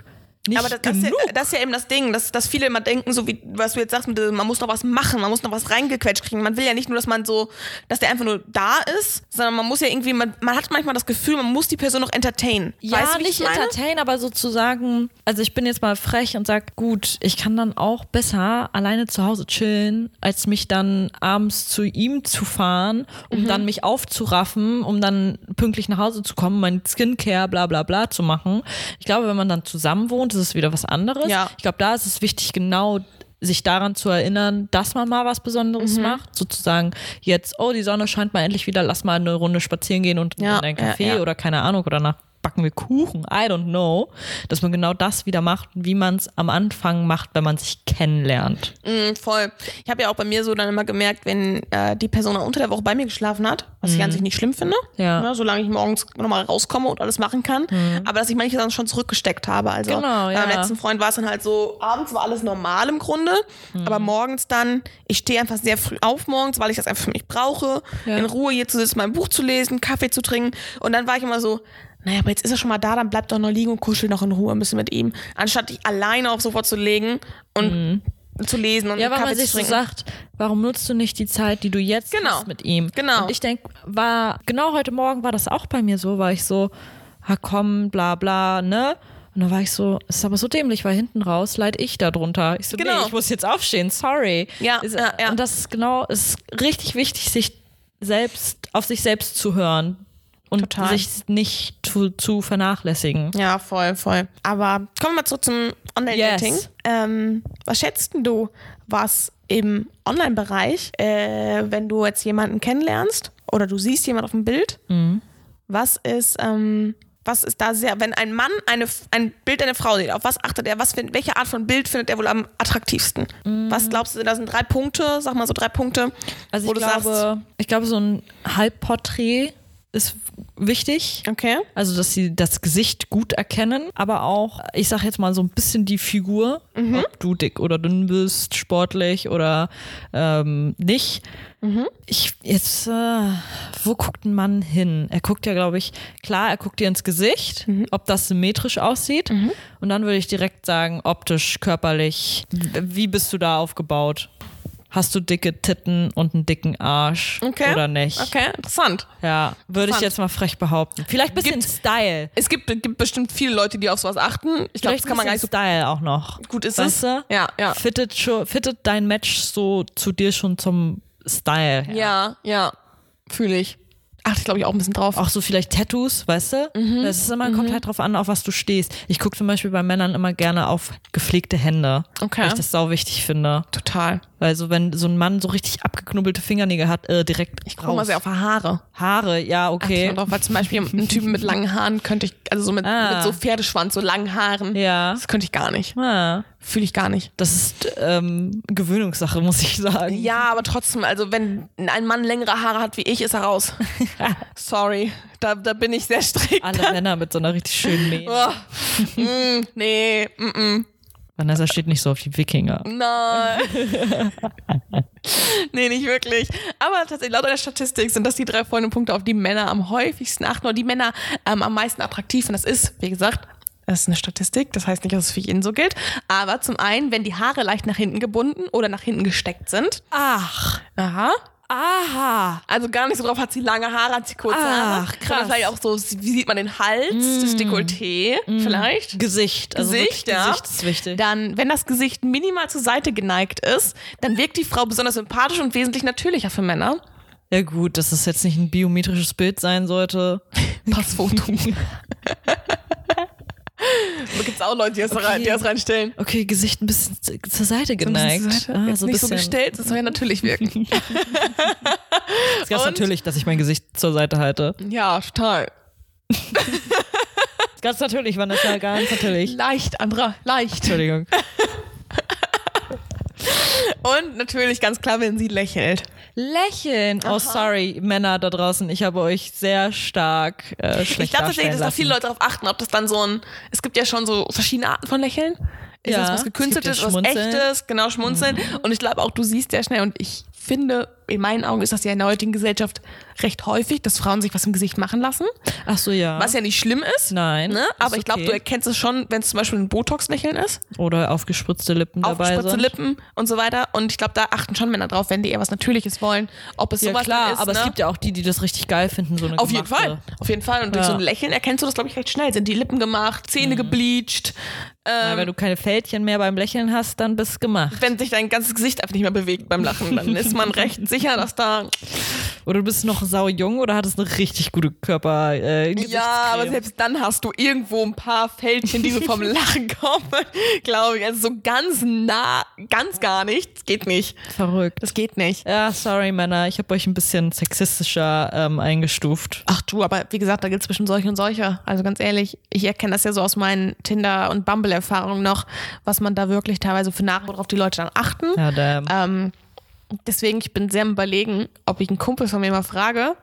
[SPEAKER 2] nicht
[SPEAKER 1] aber das, das, ist ja,
[SPEAKER 2] genug.
[SPEAKER 1] das ist ja eben das Ding, dass, dass viele immer denken, so wie was du jetzt sagst, mit diesem, man muss noch was machen, man muss noch was reingequetscht kriegen. Man will ja nicht nur, dass man so, dass der einfach nur da ist, sondern man muss ja irgendwie, man, man hat manchmal das Gefühl, man muss die Person noch entertainen.
[SPEAKER 2] ja,
[SPEAKER 1] weißt du, wie
[SPEAKER 2] nicht
[SPEAKER 1] ich meine?
[SPEAKER 2] entertain, aber sozusagen, also ich bin jetzt mal frech und sag, gut, ich kann dann auch besser alleine zu Hause chillen, als mich dann abends zu ihm zu fahren, um
[SPEAKER 1] Mhm.
[SPEAKER 2] dann mich aufzuraffen, um dann pünktlich nach Hause zu kommen, mein Skincare, bla bla bla zu machen. Ich glaube, wenn man dann zusammen wohnt, ist es wieder was anderes.
[SPEAKER 1] Ja.
[SPEAKER 2] Ich glaube, da ist es wichtig, genau sich daran zu erinnern, dass man mal was Besonderes
[SPEAKER 1] Mhm.
[SPEAKER 2] macht. Sozusagen jetzt, oh, die Sonne scheint mal endlich wieder, lass mal eine Runde spazieren gehen und
[SPEAKER 1] Ja,
[SPEAKER 2] in einen
[SPEAKER 1] ja,
[SPEAKER 2] Café
[SPEAKER 1] ja.
[SPEAKER 2] oder keine Ahnung oder nach backen wir Kuchen, I don't know, dass man genau das wieder macht, wie man es am Anfang macht, wenn man sich kennenlernt.
[SPEAKER 1] Mm, voll. Ich habe ja auch bei mir so dann immer gemerkt, wenn äh, die Person auch unter der Woche bei mir geschlafen hat, was ich an sich nicht schlimm finde,
[SPEAKER 2] Mhm. Ja. Mhm.
[SPEAKER 1] ne, solange ich morgens nochmal rauskomme und alles machen kann, aber dass ich manche dann schon zurückgesteckt habe. Also
[SPEAKER 2] Genau,
[SPEAKER 1] bei meinem
[SPEAKER 2] ja.
[SPEAKER 1] letzten Freund war es dann halt so, abends war alles normal im Grunde,
[SPEAKER 2] Mhm.
[SPEAKER 1] aber morgens dann, ich stehe einfach sehr früh auf morgens, weil ich das einfach für mich brauche,
[SPEAKER 2] Ja.
[SPEAKER 1] in Ruhe hier zu sitzen, mein Buch zu lesen, Kaffee zu trinken und dann war ich immer so, naja, aber jetzt ist er schon mal da, dann bleibt doch noch liegen und kuschel noch in Ruhe ein bisschen mit ihm, anstatt dich alleine aufs Sofa zu legen und zu lesen und
[SPEAKER 2] Ja, weil
[SPEAKER 1] Kaffee
[SPEAKER 2] man sich
[SPEAKER 1] zu
[SPEAKER 2] so
[SPEAKER 1] trinken.
[SPEAKER 2] sagt, warum nutzt du nicht die Zeit, die du jetzt
[SPEAKER 1] Genau.
[SPEAKER 2] hast mit ihm?
[SPEAKER 1] Genau.
[SPEAKER 2] Und ich denke, war, genau heute Morgen war das auch bei mir so, war ich so, ah komm, bla bla, ne? Und dann war ich so, es ist aber so dämlich, weil hinten raus leid ich da drunter. Ich so,
[SPEAKER 1] Genau.
[SPEAKER 2] nee, ich muss jetzt aufstehen, sorry.
[SPEAKER 1] Ja,
[SPEAKER 2] ist,
[SPEAKER 1] ja, ja.
[SPEAKER 2] Und das ist genau, es ist richtig wichtig, sich selbst, auf sich selbst zu hören und
[SPEAKER 1] Total.
[SPEAKER 2] sich nicht zu, zu vernachlässigen.
[SPEAKER 1] Ja, voll, voll. Aber kommen wir mal zurück zum Online-Dating.
[SPEAKER 2] Yes.
[SPEAKER 1] Ähm, was schätzt denn du, was im Online-Bereich, äh, wenn du jetzt jemanden kennenlernst oder du siehst jemanden auf dem Bild,
[SPEAKER 2] Mhm.
[SPEAKER 1] was ist, ähm, was ist da sehr, wenn ein Mann eine, F- ein Bild einer Frau sieht, auf was achtet er, was, find- welche Art von Bild findet er wohl am attraktivsten? Was glaubst du, das sind drei Punkte, sag mal so drei Punkte,
[SPEAKER 2] Mhm. Also
[SPEAKER 1] wo
[SPEAKER 2] ich
[SPEAKER 1] du sagst,
[SPEAKER 2] glaube, ich glaube, so ein Halbporträt ist wichtig.
[SPEAKER 1] okay,
[SPEAKER 2] Also, dass sie das Gesicht gut erkennen, aber auch, ich sag jetzt mal so ein bisschen die Figur,
[SPEAKER 1] Mhm.
[SPEAKER 2] ob du dick oder dünn bist, sportlich oder ähm, nicht.
[SPEAKER 1] Mhm.
[SPEAKER 2] Ich, jetzt, äh, wo guckt ein Mann hin? Er guckt ja, glaube ich, klar, er guckt dir ins Gesicht,
[SPEAKER 1] Mhm.
[SPEAKER 2] ob das symmetrisch aussieht. Und dann würde ich direkt sagen, optisch, körperlich, w- wie bist du da aufgebaut? Hast du dicke Titten und einen dicken Arsch
[SPEAKER 1] okay.
[SPEAKER 2] oder nicht?
[SPEAKER 1] Okay, interessant.
[SPEAKER 2] Ja, würde ich
[SPEAKER 1] Interessant.
[SPEAKER 2] jetzt mal frech behaupten. Vielleicht ein bisschen Style.
[SPEAKER 1] Es gibt, gibt bestimmt viele Leute, die auf sowas achten. Ich glaube, das
[SPEAKER 2] Vielleicht
[SPEAKER 1] kann man gar nicht so
[SPEAKER 2] Style auch noch.
[SPEAKER 1] gut ist es.
[SPEAKER 2] weißt du?
[SPEAKER 1] Ja, ja.
[SPEAKER 2] Fittet, schon, fittet dein Match so zu dir schon zum Style. her.
[SPEAKER 1] Ja, ja. Fühle ich. Achte ich, glaube ich, auch ein bisschen drauf.
[SPEAKER 2] Auch so vielleicht Tattoos, weißt du?
[SPEAKER 1] Mhm.
[SPEAKER 2] Das ist immer, kommt halt drauf an, auf was du stehst. Ich gucke zum Beispiel bei Männern immer gerne auf gepflegte Hände.
[SPEAKER 1] Okay.
[SPEAKER 2] Weil ich das sau wichtig finde.
[SPEAKER 1] total.
[SPEAKER 2] Weil so, wenn so ein Mann so richtig abgeknubbelte Fingernägel hat, äh, direkt ich
[SPEAKER 1] Guck mal sehr auf Haare.
[SPEAKER 2] Haare, ja,
[SPEAKER 1] Okay.
[SPEAKER 2] okay.
[SPEAKER 1] Und auch, weil zum Beispiel einen Typen mit langen Haaren könnte ich, also so mit,
[SPEAKER 2] Ah.
[SPEAKER 1] mit so Pferdeschwanz, so langen Haaren.
[SPEAKER 2] Ja.
[SPEAKER 1] Das könnte ich gar nicht.
[SPEAKER 2] Ah,
[SPEAKER 1] Fühle ich gar nicht.
[SPEAKER 2] das ist ähm, Gewöhnungssache, muss ich sagen.
[SPEAKER 1] Ja, aber trotzdem, also wenn ein Mann längere Haare hat wie ich, ist er raus. Sorry. Da, da bin ich sehr strikt.
[SPEAKER 2] Alle Männer mit so einer richtig schönen Mähne.
[SPEAKER 1] Oh. mm, nee, mm -mm.
[SPEAKER 2] Vanessa steht nicht so auf die Wikinger.
[SPEAKER 1] Nein. nee, nicht wirklich. Aber tatsächlich, laut einer Statistik sind das die drei folgenden Punkte, auf die Männer am häufigsten achten oder die Männer ähm, am meisten attraktiv. Und das ist, wie gesagt, das ist eine Statistik. Das heißt nicht, dass es für jeden so gilt. Aber zum einen, wenn die Haare leicht nach hinten gebunden oder nach hinten gesteckt sind.
[SPEAKER 2] Ach,
[SPEAKER 1] Aha.
[SPEAKER 2] aha.
[SPEAKER 1] Also gar nicht so drauf, hat sie lange Haare, hat sie kurze Haare.
[SPEAKER 2] Ach,
[SPEAKER 1] Oder
[SPEAKER 2] krass. Mm.
[SPEAKER 1] Vielleicht auch so, wie sieht man den Hals, das Dekolleté vielleicht.
[SPEAKER 2] Gesicht. Also
[SPEAKER 1] Gesicht,
[SPEAKER 2] Gesicht,
[SPEAKER 1] ja.
[SPEAKER 2] Gesicht ist wichtig.
[SPEAKER 1] Dann, wenn das Gesicht minimal zur Seite geneigt ist, dann wirkt die Frau besonders sympathisch und wesentlich natürlicher für Männer.
[SPEAKER 2] ja gut, dass es jetzt nicht ein biometrisches Bild sein sollte.
[SPEAKER 1] Passfoto. Da gibt es auch Leute, die das, rein, die das reinstellen.
[SPEAKER 2] Okay, Gesicht ein bisschen z- zur Seite geneigt.
[SPEAKER 1] Jetzt
[SPEAKER 2] Ah,
[SPEAKER 1] halt, nicht so gestellt, das soll ja natürlich wirken.
[SPEAKER 2] Es gab
[SPEAKER 1] Und-
[SPEAKER 2] natürlich, dass ich mein Gesicht zur Seite halte.
[SPEAKER 1] ja, total.
[SPEAKER 2] Ganz natürlich, Vanessa, ganz natürlich.
[SPEAKER 1] Leicht, Andra, leicht.
[SPEAKER 2] Entschuldigung.
[SPEAKER 1] Und natürlich ganz klar, wenn sie lächelt.
[SPEAKER 2] Lächeln. Oh, sorry, Männer da draußen. Ich habe euch sehr stark äh, schlecht
[SPEAKER 1] Ich glaube tatsächlich, dass
[SPEAKER 2] darstellen
[SPEAKER 1] da viele
[SPEAKER 2] lassen.
[SPEAKER 1] Leute darauf achten, ob das dann so ein. Es gibt ja schon so verschiedene Arten von Lächeln. Ist
[SPEAKER 2] Ja,
[SPEAKER 1] das
[SPEAKER 2] es
[SPEAKER 1] was
[SPEAKER 2] gibt
[SPEAKER 1] gekünsteltes,
[SPEAKER 2] ja
[SPEAKER 1] was
[SPEAKER 2] Schmunzeln. Mhm.
[SPEAKER 1] echtes, genau Schmunzeln. Und ich glaube auch, du siehst sehr schnell und ich finde, in meinen Augen ist das ja in der heutigen Gesellschaft recht häufig, dass Frauen sich was im Gesicht machen lassen.
[SPEAKER 2] Ach so, ja.
[SPEAKER 1] Was ja nicht schlimm ist.
[SPEAKER 2] Nein,
[SPEAKER 1] Ne?
[SPEAKER 2] ist
[SPEAKER 1] Aber ich glaube,
[SPEAKER 2] okay.
[SPEAKER 1] du erkennst es schon, wenn es zum Beispiel ein Botox-Lächeln ist,
[SPEAKER 2] Oder aufgespritzte Lippen dabei
[SPEAKER 1] aufgespritzte
[SPEAKER 2] sind.
[SPEAKER 1] Lippen und so weiter. Und ich glaube, da achten schon Männer drauf, wenn die eher was Natürliches wollen, ob es
[SPEAKER 2] Ja
[SPEAKER 1] sowas
[SPEAKER 2] klar,
[SPEAKER 1] ist.
[SPEAKER 2] aber
[SPEAKER 1] ne?
[SPEAKER 2] es gibt ja auch die, die das richtig geil finden, so eine
[SPEAKER 1] Auf jeden Fall.
[SPEAKER 2] gemachte.
[SPEAKER 1] Auf jeden Fall. Und durch
[SPEAKER 2] Ja. Mhm.
[SPEAKER 1] so ein Lächeln erkennst du das, glaube ich, recht schnell. Sind die Lippen gemacht, Zähne gebleached. Ähm,
[SPEAKER 2] Na, wenn du keine Fältchen mehr beim Lächeln hast, dann bist gemacht.
[SPEAKER 1] wenn sich dein ganzes Gesicht einfach nicht mehr bewegt beim Lachen, dann ist man recht sicher, dass da.
[SPEAKER 2] Oder du bist noch sau jung oder hattest eine richtig gute Körper. Äh,
[SPEAKER 1] Ja, aber
[SPEAKER 2] Gesichtscreme.
[SPEAKER 1] selbst dann hast du irgendwo ein paar Fältchen, die so vom Lachen kommen, glaube ich. Also so ganz nah, ganz gar nichts. Geht nicht.
[SPEAKER 2] verrückt.
[SPEAKER 1] Das geht nicht.
[SPEAKER 2] Ja, sorry Männer, ich habe euch ein bisschen sexistischer ähm, eingestuft.
[SPEAKER 1] Ach du, aber wie gesagt, da gibt es zwischen solche und solche. Also ganz ehrlich, ich erkenne das ja so aus meinen Tinder- und Bumble-Erfahrungen noch, was man da wirklich teilweise für nach, worauf die Leute dann achten.
[SPEAKER 2] Ja, damn.
[SPEAKER 1] Ähm, deswegen, ich bin sehr am überlegen, ob ich einen Kumpel von mir mal frage,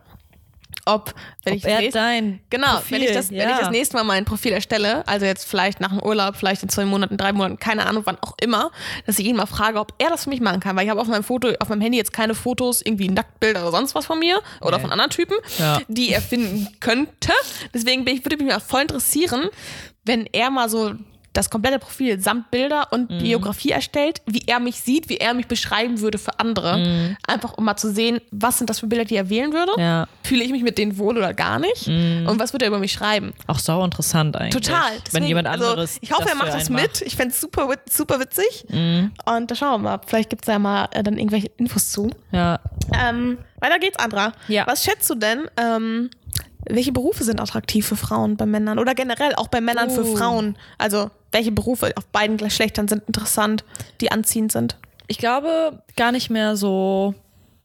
[SPEAKER 1] ob, wenn ich
[SPEAKER 2] Ob er
[SPEAKER 1] nächst-
[SPEAKER 2] dein
[SPEAKER 1] Genau,
[SPEAKER 2] Profil,
[SPEAKER 1] wenn, ich das, wenn ich
[SPEAKER 2] ja.
[SPEAKER 1] das nächste Mal mein Profil erstelle, also jetzt vielleicht nach dem Urlaub, vielleicht in zwei Monaten, drei Monaten, keine Ahnung, wann auch immer, dass ich ihn mal frage, ob er das für mich machen kann, weil ich habe auf meinem Foto, auf meinem Handy jetzt keine Fotos, irgendwie Nacktbilder oder sonst was von mir oder
[SPEAKER 2] Nee.
[SPEAKER 1] von anderen Typen,
[SPEAKER 2] Ja.
[SPEAKER 1] die er finden könnte. Deswegen bin ich, würde mich mal voll interessieren, wenn er mal so das komplette Profil samt Bilder und
[SPEAKER 2] Mhm.
[SPEAKER 1] Biografie erstellt, wie er mich sieht, wie er mich beschreiben würde für andere.
[SPEAKER 2] Mhm.
[SPEAKER 1] Einfach um mal zu sehen, was sind das für Bilder, die er wählen würde.
[SPEAKER 2] Ja,
[SPEAKER 1] Fühle ich mich mit denen wohl oder gar nicht? Und was wird er über mich schreiben?
[SPEAKER 2] auch sau interessant eigentlich.
[SPEAKER 1] Total.
[SPEAKER 2] Mhm. wenn
[SPEAKER 1] Deswegen,
[SPEAKER 2] jemand anderes.
[SPEAKER 1] Also, ich hoffe, er macht
[SPEAKER 2] für
[SPEAKER 1] das
[SPEAKER 2] einen Mhm.
[SPEAKER 1] mit. Ich fände es super, wit- super witzig. Und da schauen wir mal. Vielleicht gibt es ja mal äh, dann irgendwelche Infos zu.
[SPEAKER 2] macht. Ja.
[SPEAKER 1] Ähm, weiter geht's, Andra.
[SPEAKER 2] Ja.
[SPEAKER 1] Was schätzt du denn? Ähm, welche Berufe sind attraktiv für Frauen bei Männern? Oder generell auch bei Männern für
[SPEAKER 2] Uh.
[SPEAKER 1] Frauen? Also, welche Berufe auf beiden Geschlechtern sind interessant, die anziehend sind?
[SPEAKER 2] Ich glaube gar nicht mehr so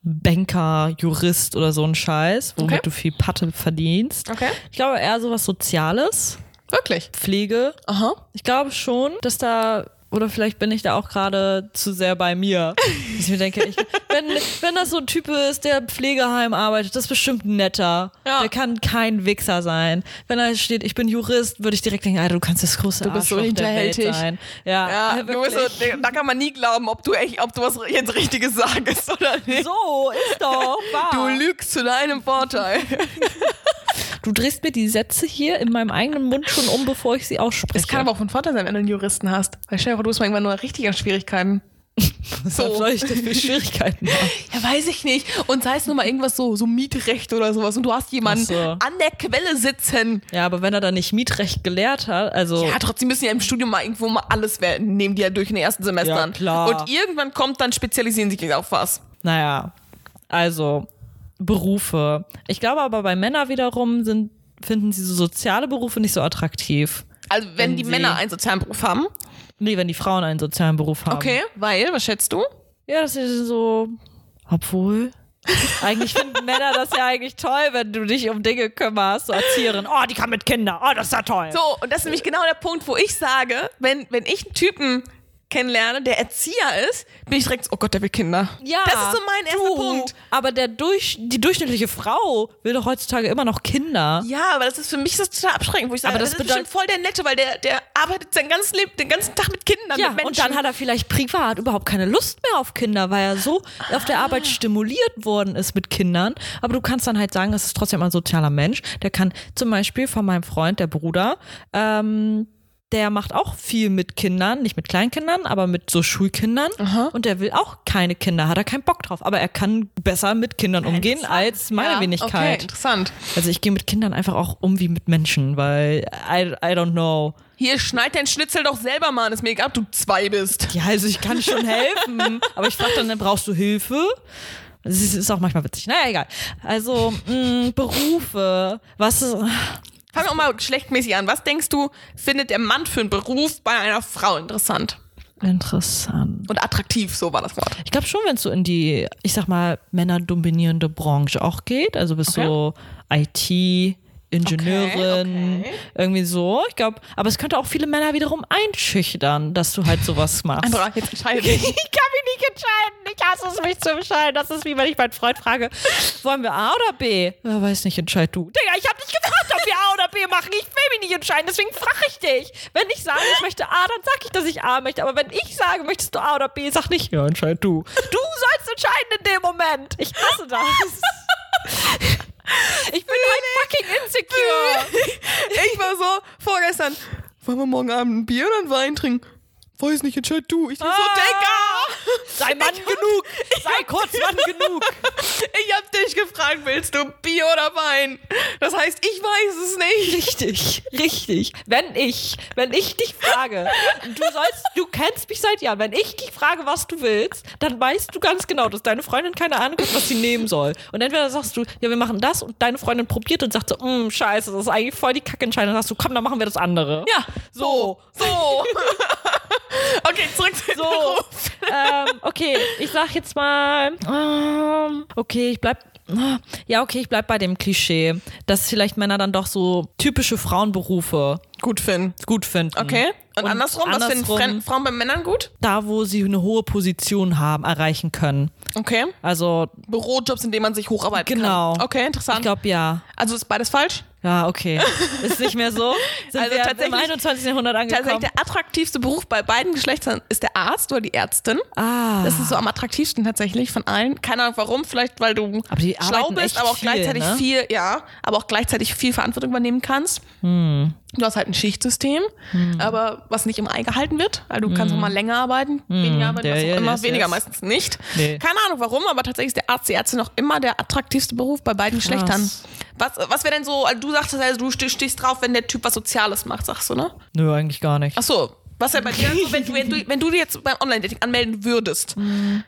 [SPEAKER 2] Banker, Jurist oder so ein Scheiß, womit
[SPEAKER 1] Okay.
[SPEAKER 2] du viel Patte verdienst.
[SPEAKER 1] Okay.
[SPEAKER 2] Ich glaube eher so was Soziales,
[SPEAKER 1] Wirklich?
[SPEAKER 2] Pflege.
[SPEAKER 1] Aha.
[SPEAKER 2] Ich glaube schon, dass da, oder vielleicht bin ich da auch gerade zu sehr bei mir. Dass Ich mir denke, ich, wenn, wenn das so ein Typ ist, der im Pflegeheim arbeitet, das ist bestimmt netter.
[SPEAKER 1] Ja.
[SPEAKER 2] Der kann kein Wichser sein. Wenn da steht, ich bin Jurist, würde ich direkt denken, Alter, du kannst das große
[SPEAKER 1] Du bist so
[SPEAKER 2] Arschloch der Welt
[SPEAKER 1] hinterhältig.
[SPEAKER 2] sein. Ja,
[SPEAKER 1] Ja,
[SPEAKER 2] äh,
[SPEAKER 1] du bist
[SPEAKER 2] wirklich.
[SPEAKER 1] so, da kann man nie glauben, ob du, echt, ob du was jetzt Richtiges sagst oder nicht.
[SPEAKER 2] so ist doch wahr.
[SPEAKER 1] Du lügst zu deinem Vorteil.
[SPEAKER 2] Du drehst mir die Sätze hier in meinem eigenen Mund schon um, bevor ich sie ausspreche.
[SPEAKER 1] Es kann aber auch von Vorteil sein, wenn du einen Juristen hast. Weil stell dir vor, du hast mal irgendwann nur richtig an Schwierigkeiten.
[SPEAKER 2] so. soll ich denn für Schwierigkeiten haben?
[SPEAKER 1] Ja, weiß ich nicht. Und sei es nur mal irgendwas so, so Mietrecht oder sowas. Und du hast jemanden
[SPEAKER 2] Ach so.
[SPEAKER 1] an der Quelle sitzen.
[SPEAKER 2] Ja, aber wenn er dann nicht Mietrecht gelehrt hat, also
[SPEAKER 1] Ja, trotzdem müssen ja im Studium mal irgendwo mal alles wer- nehmen, die ja durch in den ersten Semestern.
[SPEAKER 2] Ja, klar.
[SPEAKER 1] Und irgendwann kommt, dann spezialisieren sich die auf was.
[SPEAKER 2] Naja, also Berufe. Ich glaube aber bei Männern wiederum sind, finden sie so soziale Berufe nicht so attraktiv.
[SPEAKER 1] Also wenn,
[SPEAKER 2] Wenn
[SPEAKER 1] die
[SPEAKER 2] sie-
[SPEAKER 1] Männer einen sozialen Beruf haben.
[SPEAKER 2] Nee, wenn die Frauen einen sozialen Beruf haben.
[SPEAKER 1] Okay, weil, was schätzt du?
[SPEAKER 2] Ja, das ist so. Obwohl. Eigentlich finden Männer das ja eigentlich toll, wenn du dich um Dinge kümmerst, so erzieren. Oh, die kann mit Kindern. Oh, das ist ja toll.
[SPEAKER 1] So, und das ist nämlich genau der Punkt, wo ich sage, wenn, wenn ich einen Typen kennenlerne, der Erzieher ist, bin ich direkt, so, oh Gott, der will Kinder.
[SPEAKER 2] Ja,
[SPEAKER 1] Das ist so mein erster
[SPEAKER 2] du,
[SPEAKER 1] Punkt.
[SPEAKER 2] Aber der durch, die durchschnittliche Frau will doch heutzutage immer noch Kinder.
[SPEAKER 1] Ja, aber das ist für mich ist das total abschreckend, wo ich sage,
[SPEAKER 2] Aber das
[SPEAKER 1] ist
[SPEAKER 2] bedeutet-
[SPEAKER 1] bestimmt voll der Nette, weil der, der arbeitet sein ganzes Leben, den ganzen Tag mit Kindern,
[SPEAKER 2] Ja,
[SPEAKER 1] mit Menschen.
[SPEAKER 2] und dann hat er vielleicht privat überhaupt keine Lust mehr auf Kinder, weil er so auf der
[SPEAKER 1] Ah.
[SPEAKER 2] Arbeit stimuliert worden ist mit Kindern. Aber du kannst dann halt sagen, es ist trotzdem ein sozialer Mensch. Der kann zum Beispiel von meinem Freund, der Bruder, ähm, der macht auch viel mit Kindern, nicht mit Kleinkindern, aber mit so Schulkindern. Und der will auch keine Kinder, hat er keinen Bock drauf. Aber er kann besser mit Kindern umgehen als meine
[SPEAKER 1] ja, Okay,
[SPEAKER 2] Wenigkeit.
[SPEAKER 1] interessant.
[SPEAKER 2] Also ich gehe mit Kindern einfach auch um wie mit Menschen, weil I, I don't know.
[SPEAKER 1] Hier, schneid dein Schnitzel doch selber, Mann. Ist mir egal, ob du zwei bist.
[SPEAKER 2] Ja, also ich kann schon helfen. aber ich frage dann, dann, brauchst du Hilfe? Das ist, ist auch manchmal witzig. Naja, egal. Also, mh, Berufe. Was ist.
[SPEAKER 1] Fangen wir mal geschlechtmäßig an. Was denkst du, findet der Mann für einen Beruf bei einer Frau interessant?
[SPEAKER 2] Interessant.
[SPEAKER 1] Und attraktiv, so war das Wort.
[SPEAKER 2] Ich glaube schon, wenn es so in die, ich sag mal, männerdominierende Branche auch geht. Also bis so IT, Ingenieurin,
[SPEAKER 1] Okay, okay.
[SPEAKER 2] irgendwie so. Ich glaube, aber es könnte auch viele Männer wiederum einschüchtern, dass du halt sowas machst.
[SPEAKER 1] Andra, jetzt entscheide dich.
[SPEAKER 2] Ich kann mich nicht entscheiden. Ich hasse es, mich zu entscheiden. Das ist wie wenn ich meinen Freund frage, wollen wir A oder B? Ja, weiß nicht, entscheid du. Digga, ich habe nicht gefragt, ob wir A oder B wir machen. Ich will mich nicht entscheiden, deswegen frage ich dich. Wenn ich sage, ich möchte A, dann sage ich, dass ich A möchte. Aber wenn ich sage, möchtest du A oder B, sag nicht, ja, entscheid du. Du sollst entscheiden in dem Moment. Ich hasse das. Ich bin halt fucking insecure.
[SPEAKER 1] Ich war so vorgestern, wollen wir morgen Abend ein Bier oder einen Wein trinken? Weiß nicht, entscheid du. Ich denk so,
[SPEAKER 2] Sei Mann genug. Sei kurz Mann genug.
[SPEAKER 1] Digga, ich hab dich gefragt, willst du Bier oder Wein? Das heißt, ich weiß es nicht.
[SPEAKER 2] Richtig, richtig. Wenn ich, wenn ich dich frage, du sollst, du kennst mich seit Jahren, wenn ich dich frage, was du willst, dann weißt du ganz genau, dass deine Freundin keine Ahnung hat, was sie nehmen soll. Und entweder sagst du, ja, wir machen das und deine Freundin probiert und sagt so, mm, scheiße, das ist eigentlich voll die Kackentscheidung. Dann sagst du, komm, dann machen wir das andere.
[SPEAKER 1] Ja,
[SPEAKER 2] so.
[SPEAKER 1] so. okay, zurück zu so.
[SPEAKER 2] So, ähm, okay, ich sag jetzt mal, ähm, okay, ich bleib, ah, ja, okay, ich bleib bei dem Klischee, dass vielleicht Männer dann doch so typische Frauenberufe
[SPEAKER 1] Gut, Finn.
[SPEAKER 2] gut finden.
[SPEAKER 1] Okay. Und, andersrum, was finden
[SPEAKER 2] andersrum,
[SPEAKER 1] Fren- Frauen bei Männern gut?
[SPEAKER 2] Da, wo sie eine hohe Position haben, erreichen können.
[SPEAKER 1] Okay.
[SPEAKER 2] Also,
[SPEAKER 1] Bürojobs, in denen man sich hocharbeiten
[SPEAKER 2] Genau.
[SPEAKER 1] kann. Okay, interessant.
[SPEAKER 2] ich glaube, ja.
[SPEAKER 1] also ist beides falsch?
[SPEAKER 2] Ja, okay. Ist nicht mehr so. Sind
[SPEAKER 1] Also
[SPEAKER 2] wir im
[SPEAKER 1] tatsächlich-
[SPEAKER 2] 21. Jahrhundert angekommen.
[SPEAKER 1] Tatsächlich der attraktivste Beruf bei beiden Geschlechtern ist der Arzt oder die Ärztin.
[SPEAKER 2] Ah.
[SPEAKER 1] Das ist so am attraktivsten tatsächlich von allen. Keine Ahnung warum, vielleicht weil du
[SPEAKER 2] Aber die
[SPEAKER 1] schlau
[SPEAKER 2] arbeiten
[SPEAKER 1] bist,
[SPEAKER 2] echt
[SPEAKER 1] aber auch
[SPEAKER 2] viel,
[SPEAKER 1] gleichzeitig
[SPEAKER 2] ne?
[SPEAKER 1] viel, ja, aber auch gleichzeitig viel Verantwortung übernehmen kannst.
[SPEAKER 2] Hm.
[SPEAKER 1] Du hast halt ein Schichtsystem, aber was nicht im Ei gehalten wird, weil du kannst auch mal länger arbeiten, weniger arbeiten,
[SPEAKER 2] Ja,
[SPEAKER 1] was auch
[SPEAKER 2] Hm. ja,
[SPEAKER 1] immer,
[SPEAKER 2] yes,
[SPEAKER 1] weniger
[SPEAKER 2] yes.
[SPEAKER 1] meistens nicht.
[SPEAKER 2] Nee.
[SPEAKER 1] Keine Ahnung warum, aber tatsächlich ist der Arzt, die Ärztin noch immer der attraktivste Beruf bei beiden Geschlechtern. Was, was wäre denn so, also du sagtest, also du ste- stehst drauf, wenn der Typ was Soziales macht, sagst du, ne?
[SPEAKER 2] Nö, eigentlich gar nicht.
[SPEAKER 1] Ach so, was wäre bei dir denn so, wenn du, wenn du, wenn du dir jetzt beim Online-Dating anmelden würdest,